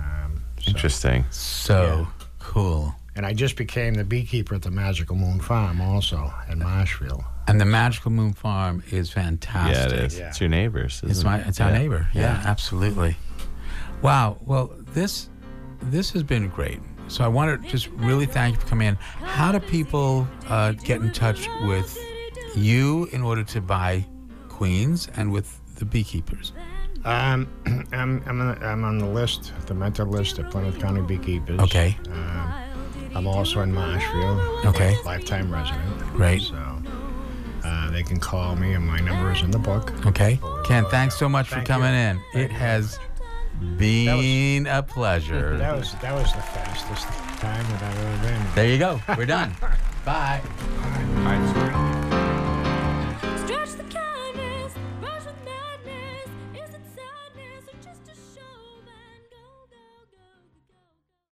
Speaker 3: Um, so-
Speaker 1: Interesting.
Speaker 2: so cool.
Speaker 3: and I just became the beekeeper at the Magical Moon Farm also in Marshfield.
Speaker 2: And the Magical Moon Farm is
Speaker 1: Yeah,
Speaker 2: fantastic.
Speaker 1: it is.
Speaker 3: Yeah.
Speaker 1: It's your neighbors. Isn't
Speaker 2: It's my
Speaker 1: it?
Speaker 2: it's our
Speaker 1: Yeah.
Speaker 2: neighbor. Yeah, absolutely. Wow. Well, this this has been great. So I want to just really thank you for coming in. How do people uh, get in touch with you in order to buy queens and with the beekeepers?
Speaker 3: Um, I'm, I'm, on, I'm on the list, the mental list at Plymouth County Beekeepers. Um,
Speaker 2: Okay.
Speaker 3: I'm also in Marshfield.
Speaker 2: Okay.
Speaker 3: Lifetime resident.
Speaker 2: Great.
Speaker 3: So uh, they can call me, and my number is in the book.
Speaker 2: Okay. Ken, thanks so much
Speaker 3: Thank
Speaker 2: for coming
Speaker 3: you.
Speaker 2: in. It has been a pleasure.
Speaker 3: That was that was the fastest time that I've ever been.
Speaker 2: there you go. We're done. Bye.
Speaker 1: All right, so-